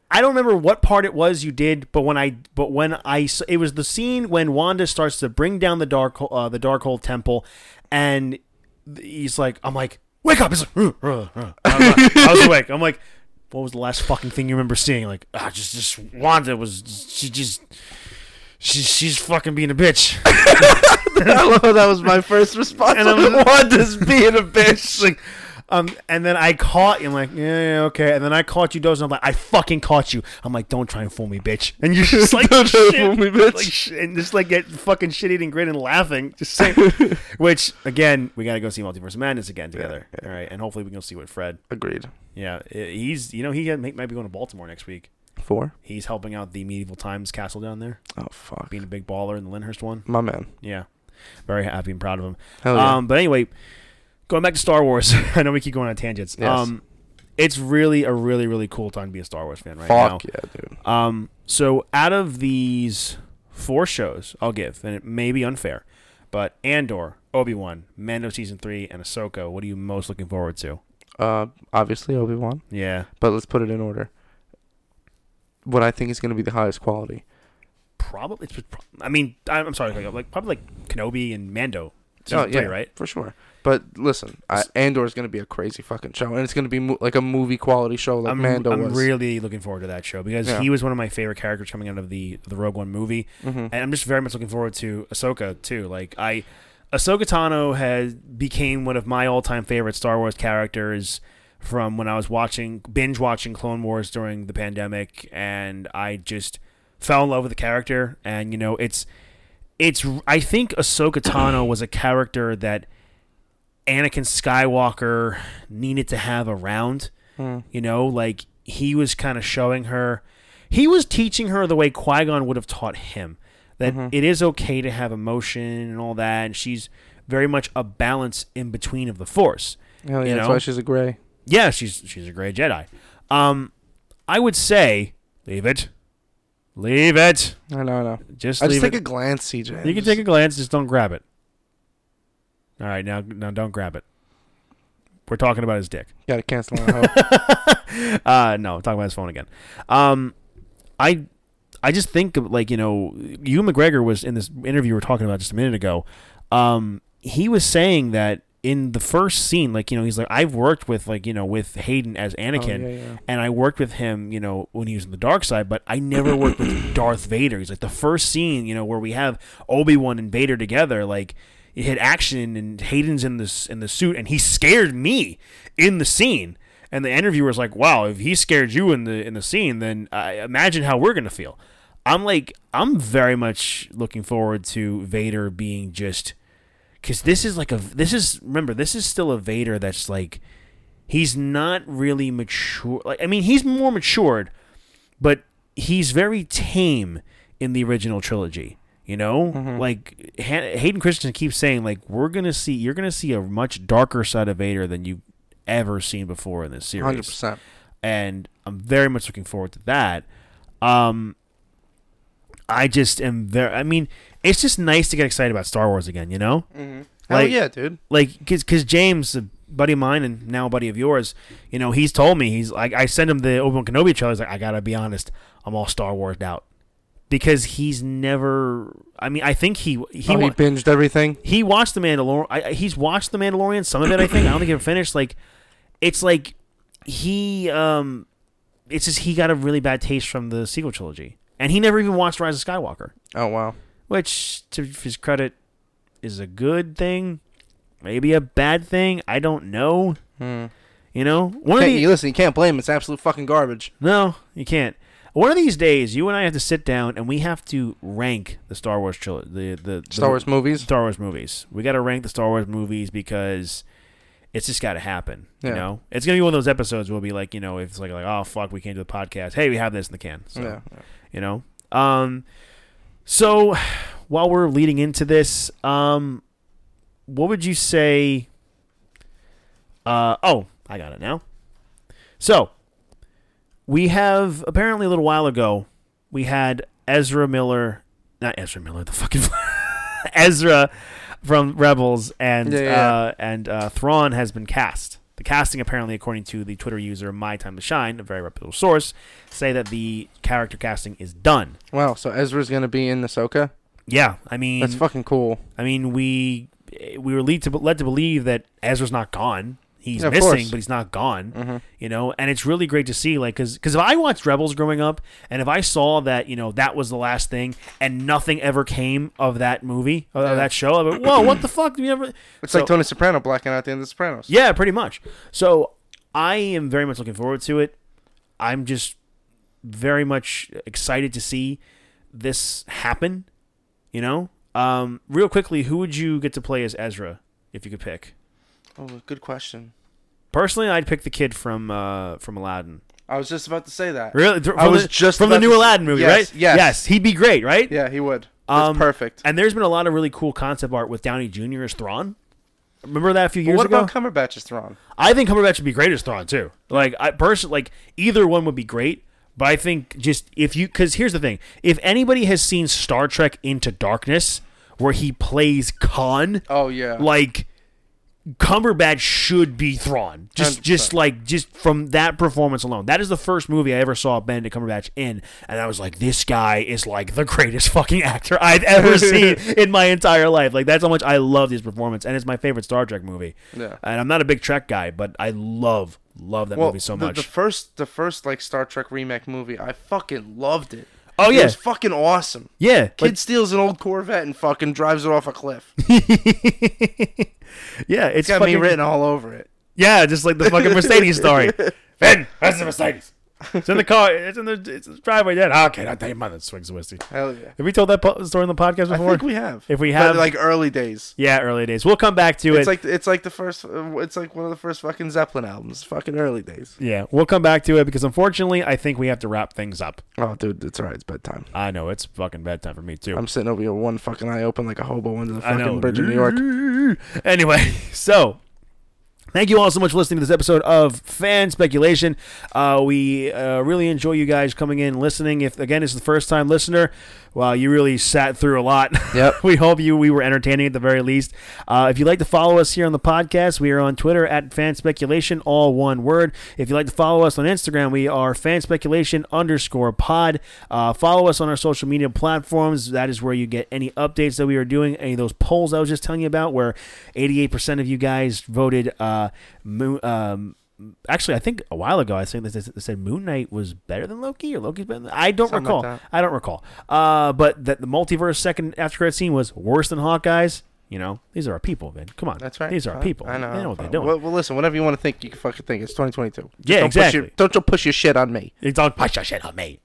Speaker 1: I don't remember what part it was you did, but when I but when I s- it was the scene when Wanda starts to bring down the dark uh, the Darkhold temple and he's like I'm like wake up. He's like "Ruh, ruh, ruh." (laughs) I was like- I was awake. I'm like what was the last fucking thing you remember seeing? Like ah just just Wanda was she just she's she's fucking being a bitch.
Speaker 2: I love how (laughs) that was my first response.
Speaker 1: And
Speaker 2: (laughs)
Speaker 1: I'm-
Speaker 2: Wanda's being a bitch.
Speaker 1: (laughs) It's like, um, and then I caught you. I'm like, yeah, yeah, okay. And then I caught you dozing. I'm like, I fucking caught you. I'm like, don't try and fool me, bitch. And you're
Speaker 2: (laughs)
Speaker 1: just like,
Speaker 2: Don't try and
Speaker 1: shit.
Speaker 2: fool me, bitch.
Speaker 1: Like, sh- and just like get fucking shit eating grin and laughing. Just saying.
Speaker 2: (laughs)
Speaker 1: Which again, we gotta go see Multiverse of Madness again together. All right, and hopefully we can go see what Fred.
Speaker 2: Agreed.
Speaker 1: Yeah, i- he's you know he had- might be going to Baltimore next week.
Speaker 2: Four.
Speaker 1: He's helping out the medieval times castle down there,
Speaker 2: Oh fuck.
Speaker 1: being a big baller in the Lyndhurst one.
Speaker 2: My man.
Speaker 1: Yeah, very happy and proud of him.
Speaker 2: Hell Oh, yeah.
Speaker 1: Um, but anyway, going back to Star Wars, (laughs) I know we keep going on tangents.
Speaker 2: Yes.
Speaker 1: Um, it's really a really really cool time to be a Star Wars fan right
Speaker 2: fuck yeah, dude.
Speaker 1: now. Um, so out of these four shows, I'll give, and it may be unfair, but Andor, Obi Wan, Mando season three, and Ahsoka. What are you most looking forward to?
Speaker 2: Uh, obviously Obi Wan,
Speaker 1: Yeah,
Speaker 2: but let's put it in order. what I think is going to be the highest quality.
Speaker 1: Probably. It's, pro- I mean, I- I'm sorry, like, like probably like Kenobi and Mando.
Speaker 2: Oh,
Speaker 1: Season three, right?
Speaker 2: for sure. But listen, I, Andor is going to be a crazy fucking show, and it's going to be mo- like a movie quality show, like
Speaker 1: I'm,
Speaker 2: Mando
Speaker 1: I'm
Speaker 2: was.
Speaker 1: really looking forward to that show because
Speaker 2: Yeah.
Speaker 1: he was one of my favorite characters coming out of the the Rogue One movie,
Speaker 2: Mm-hmm.
Speaker 1: and I'm just very much looking forward to Ahsoka too. Like I, Ahsoka Tano has became one of my all time favorite Star Wars characters from when I was watching binge watching Clone Wars during the pandemic, and I just fell in love with the character. And you know, it's it's I think Ahsoka Tano was a character that Anakin Skywalker needed to have around.
Speaker 2: Mm.
Speaker 1: You know, like he was kind of showing her, he was teaching her the way Qui Gon would have taught him that
Speaker 2: Mm-hmm.
Speaker 1: it is okay to have emotion and all that. And she's very much a balance in between of the Force.
Speaker 2: Hell yeah,
Speaker 1: you
Speaker 2: that's
Speaker 1: know?
Speaker 2: why she's a gray.
Speaker 1: Yeah, she's she's a great Jedi. Um, I would say leave it, leave it.
Speaker 2: I know, I know.
Speaker 1: Just
Speaker 2: I
Speaker 1: leave
Speaker 2: just take
Speaker 1: it.
Speaker 2: a glance, CJ.
Speaker 1: you can take a glance, just don't grab it. All right, now now don't grab it. We're talking about his dick.
Speaker 2: Got to
Speaker 1: (laughs)
Speaker 2: cancel on hope.
Speaker 1: uh, no, I'm talking about his phone again. Um, I I just think of, like you know, Hugh McGregor was in this interview we are talking about just a minute ago. Um, he was saying that in the first scene, like you know, he's like, I've worked with like you know with Hayden as Anakin,
Speaker 2: yeah, yeah.
Speaker 1: and I worked with him, you know, when he was in the dark side, but I never worked with Darth Vader. He's like the first scene, you know, where we have Obi Wan and Vader together, like. It hit action, and Hayden's in this in the suit, and he scared me in the scene. And the interviewer's like, "Wow, if he scared you in the in the scene, then uh, imagine how we're gonna feel." I'm like, I'm very much looking forward to Vader being just because this is like a this is remember this is still a Vader that's like he's not really mature. Like I mean, he's more matured, but he's very tame in the original trilogy. You know, like Han- Hayden Christensen keeps saying, like we're gonna see you're gonna see a much darker side of Vader than you've ever seen before in this series
Speaker 2: 100%.
Speaker 1: and I'm very much looking forward to that. Um, I just am very. I mean, it's just nice to get excited about Star Wars again. You know,
Speaker 2: Hell
Speaker 1: Like-
Speaker 2: yeah, dude.
Speaker 1: like because because James, a buddy of mine and now a buddy of yours, you know, he's told me he's like I sent him the Obi Wan Kenobi trailer. He's like, I gotta be honest, I'm all Star Wars out because he's never. I mean, I think he he
Speaker 2: He, oh,
Speaker 1: wa-
Speaker 2: he binged everything.
Speaker 1: he watched the Mandalorian. I, I- he's watched the Mandalorian. Some of it, I think. I don't think he ever finished. Like, it's like he, um, it's just he got a really bad taste from the sequel trilogy, and he never even watched Rise of Skywalker,
Speaker 2: Oh, wow.
Speaker 1: which, to his credit, is a good thing, maybe a bad thing. I don't know.
Speaker 2: Hmm.
Speaker 1: You know, one of
Speaker 2: Can't-
Speaker 1: the
Speaker 2: you listen, you can't blame him. It's absolute fucking garbage.
Speaker 1: no, you can't. One of these days, you and I have to sit down and we have to rank the Star Wars trilogy, the, the the-
Speaker 2: Star Wars movies.
Speaker 1: Star Wars movies. We got to rank the Star Wars movies because it's just got to happen. You
Speaker 2: Yeah.
Speaker 1: know, it's gonna be one of those episodes where we'll be like, you know, if it's like, like, oh fuck, we can't do the podcast. Hey, we have this in the can. So,
Speaker 2: Yeah.
Speaker 1: You know. Um. So, while we're leading into this, um, what would you say? Uh oh, I got it now. So, we have apparently a little while ago, we had Ezra Miller, not Ezra Miller, the fucking (laughs) Ezra from Rebels, and
Speaker 2: Yeah, yeah,
Speaker 1: Uh, and uh, Thrawn has been cast. The casting, apparently, according to the Twitter user My Time to Shine, a very reputable source, say that the character casting is done.
Speaker 2: Wow, so Ezra's going to be in Ahsoka?
Speaker 1: Yeah, I mean,
Speaker 2: That's fucking cool.
Speaker 1: I mean, we we were lead to led to believe that Ezra's not gone. He's
Speaker 2: Yeah, of
Speaker 1: missing,
Speaker 2: course. Mm.
Speaker 1: but he's not gone. You know, and it's really great to see, like, because if I watched Rebels growing up, and if I saw that, you know, that was the last thing, and nothing ever came of that movie, of that show, I'm like, whoa, what the fuck? Do we ever?
Speaker 2: It's
Speaker 1: So-
Speaker 2: like Tony Soprano blacking out at the end of The Sopranos.
Speaker 1: yeah, pretty much. So I am very much looking forward to it. I'm just very much excited to see this happen. You know, um, real quickly, who would you get to play as Ezra if you could pick?
Speaker 2: Oh, good question.
Speaker 1: Personally, I'd pick the kid from uh, from Aladdin.
Speaker 2: I was just about to say that.
Speaker 1: Really, th- from
Speaker 2: I was
Speaker 1: the,
Speaker 2: just
Speaker 1: from the
Speaker 2: about
Speaker 1: new
Speaker 2: to-
Speaker 1: Aladdin movie,
Speaker 2: Yes,
Speaker 1: right?
Speaker 2: yes.
Speaker 1: yes, he'd be great, right?
Speaker 2: Yeah, he would. That's
Speaker 1: Um,
Speaker 2: perfect.
Speaker 1: And there's been a lot of really cool concept art with Downey Jr. as Thrawn. Remember that a few years
Speaker 2: What
Speaker 1: ago?
Speaker 2: about Cumberbatch's Thrawn?
Speaker 1: I think Cumberbatch would be great as Thrawn too. Like I personally, like either one would be great. But I think just if you, because here's the thing: if anybody has seen Star Trek Into Darkness, where he plays Khan,
Speaker 2: Oh yeah.
Speaker 1: like Cumberbatch should be Thrawn. Just, just
Speaker 2: 100%.
Speaker 1: like just from that performance alone. That is the first movie I ever saw Benedict Cumberbatch in, and I was like, this guy is like the greatest (laughs) fucking actor I've
Speaker 2: (laughs)
Speaker 1: ever seen in my entire life. Like that's how much I love his performance, and it's my favorite Star Trek movie.
Speaker 2: Yeah.
Speaker 1: And I'm not a big Trek guy, but I love love that
Speaker 2: Well,
Speaker 1: movie so
Speaker 2: the,
Speaker 1: much.
Speaker 2: the first, the first like Star Trek remake movie, I fucking loved it.
Speaker 1: Oh, yeah.
Speaker 2: it was fucking awesome.
Speaker 1: yeah,
Speaker 2: Kid
Speaker 1: like-
Speaker 2: steals an old Corvette and fucking drives it off a cliff.
Speaker 1: (laughs)
Speaker 2: It's
Speaker 1: yeah, it's
Speaker 2: got me
Speaker 1: fucking-
Speaker 2: written all over it.
Speaker 1: Yeah, just like the fucking Mercedes
Speaker 2: (laughs)
Speaker 1: story. Ben, where's the Mercedes? It's in the car. It's in the, it's in the driveway. Dad, okay, I'll tell your mother. Swings whiskey.
Speaker 2: Hell yeah.
Speaker 1: Have we told that po- story on the podcast
Speaker 2: I
Speaker 1: before?
Speaker 2: think we have.
Speaker 1: If we
Speaker 2: But,
Speaker 1: have-
Speaker 2: like early days.
Speaker 1: yeah, early days. We'll come back to it.
Speaker 2: It's like it's like the first. uh, It's like one of the first fucking Zeppelin albums. Fucking early days.
Speaker 1: yeah, we'll come back to it because unfortunately, I think we have to wrap things up.
Speaker 2: Oh, dude, it's alright. It's bedtime.
Speaker 1: I know it's fucking bedtime for me too.
Speaker 2: I'm sitting over here, one fucking eye open, like a hobo under the
Speaker 1: I know.
Speaker 2: fucking bridge in New York.
Speaker 1: (laughs) Anyway, so thank you all so much for listening to this episode of Fan Speculation. Uh, we uh, really enjoy you guys coming in, listening. If again, it's the first time listener, wow, you really sat through a lot.
Speaker 2: Yep.
Speaker 1: (laughs) we hope you we were entertaining at the very least. Uh, if you'd like to follow us here on the podcast, we are on Twitter at Fan Speculation, all one word. If you'd like to follow us on Instagram, we are Fan Speculation underscore pod. Uh, follow us on our social media platforms. That is where you get any updates that we are doing, any of those polls I was just telling you about, where 88% of you guys voted. Uh, moon, um, Actually, I think a while ago I think they said Moon Knight was better than Loki or Loki's better. Than, I don't
Speaker 2: Something
Speaker 1: recall.
Speaker 2: like that.
Speaker 1: I don't recall. Uh, but that the multiverse second after credit scene was worse than Hawkeye's. You know, these are our people, man. Come on,
Speaker 2: That's right.
Speaker 1: These are our
Speaker 2: I-
Speaker 1: people.
Speaker 2: I know.
Speaker 1: They know what they're
Speaker 2: Uh,
Speaker 1: doing.
Speaker 2: Well, well, listen, whatever you want to think, you can fucking think. It's 2022. Just
Speaker 1: Yeah,
Speaker 2: don't Push your,
Speaker 1: exactly.
Speaker 2: don't you push your shit on me.
Speaker 1: It's all push your shit on (laughs) me.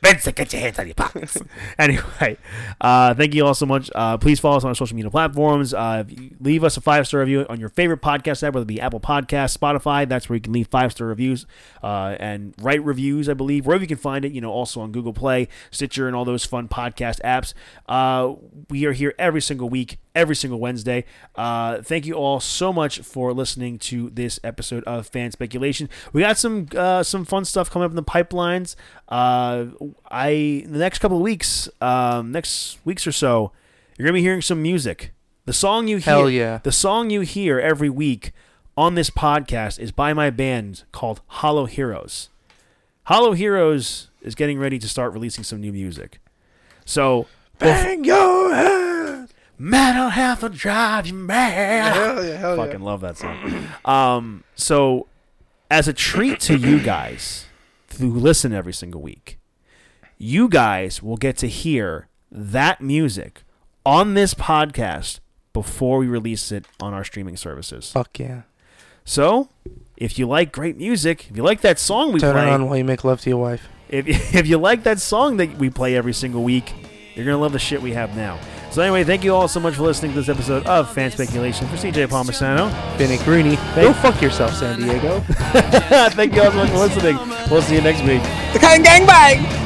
Speaker 1: Benson, get your hands out of your pockets. (laughs) anyway, uh, thank you all so much. Uh, please follow us on our social media platforms. Uh, if you- leave us a five star review on your favorite podcast app, whether it be Apple Podcasts, Spotify. That's where you can leave five star reviews uh, and write reviews, I believe, wherever you can find it. You know, also on Google Play, Stitcher, and all those fun podcast apps. Uh, we are here every single week, every single Wednesday. Uh, thank you all so much for listening to this episode of Fan Speculation. We got some uh, some fun stuff coming up in the pipelines. Uh, I in the next couple of weeks, um, next weeks or so, you're gonna be hearing some music. The song you hear,
Speaker 2: Hell yeah.
Speaker 1: the song you hear every week on this podcast is by my band called Hollow Heroes. Hollow Heroes is getting ready to start releasing some new music. So
Speaker 2: Bang your head.
Speaker 1: Metal half will drive you mad.
Speaker 2: (laughs) Hell yeah, hell
Speaker 1: Fucking love that song. Um, so, as a treat to you guys who listen every single week, you guys will get to hear that music on this podcast before we release it on our streaming services.
Speaker 2: Fuck yeah.
Speaker 1: So, if you like great music, if you like that song we
Speaker 2: Turn
Speaker 1: play,
Speaker 2: it on while you make love to your wife.
Speaker 1: if, (laughs) if you like that song that we play every single week, you're going to love the shit we have now. So, anyway, thank you all so much for listening to this episode of Fan Speculation for CJ Palmisano. (laughs)
Speaker 2: Benny Greeny. Go fuck yourself, San Diego.
Speaker 1: thank you all so much for listening. We'll see you next week.
Speaker 4: The kind gangbang!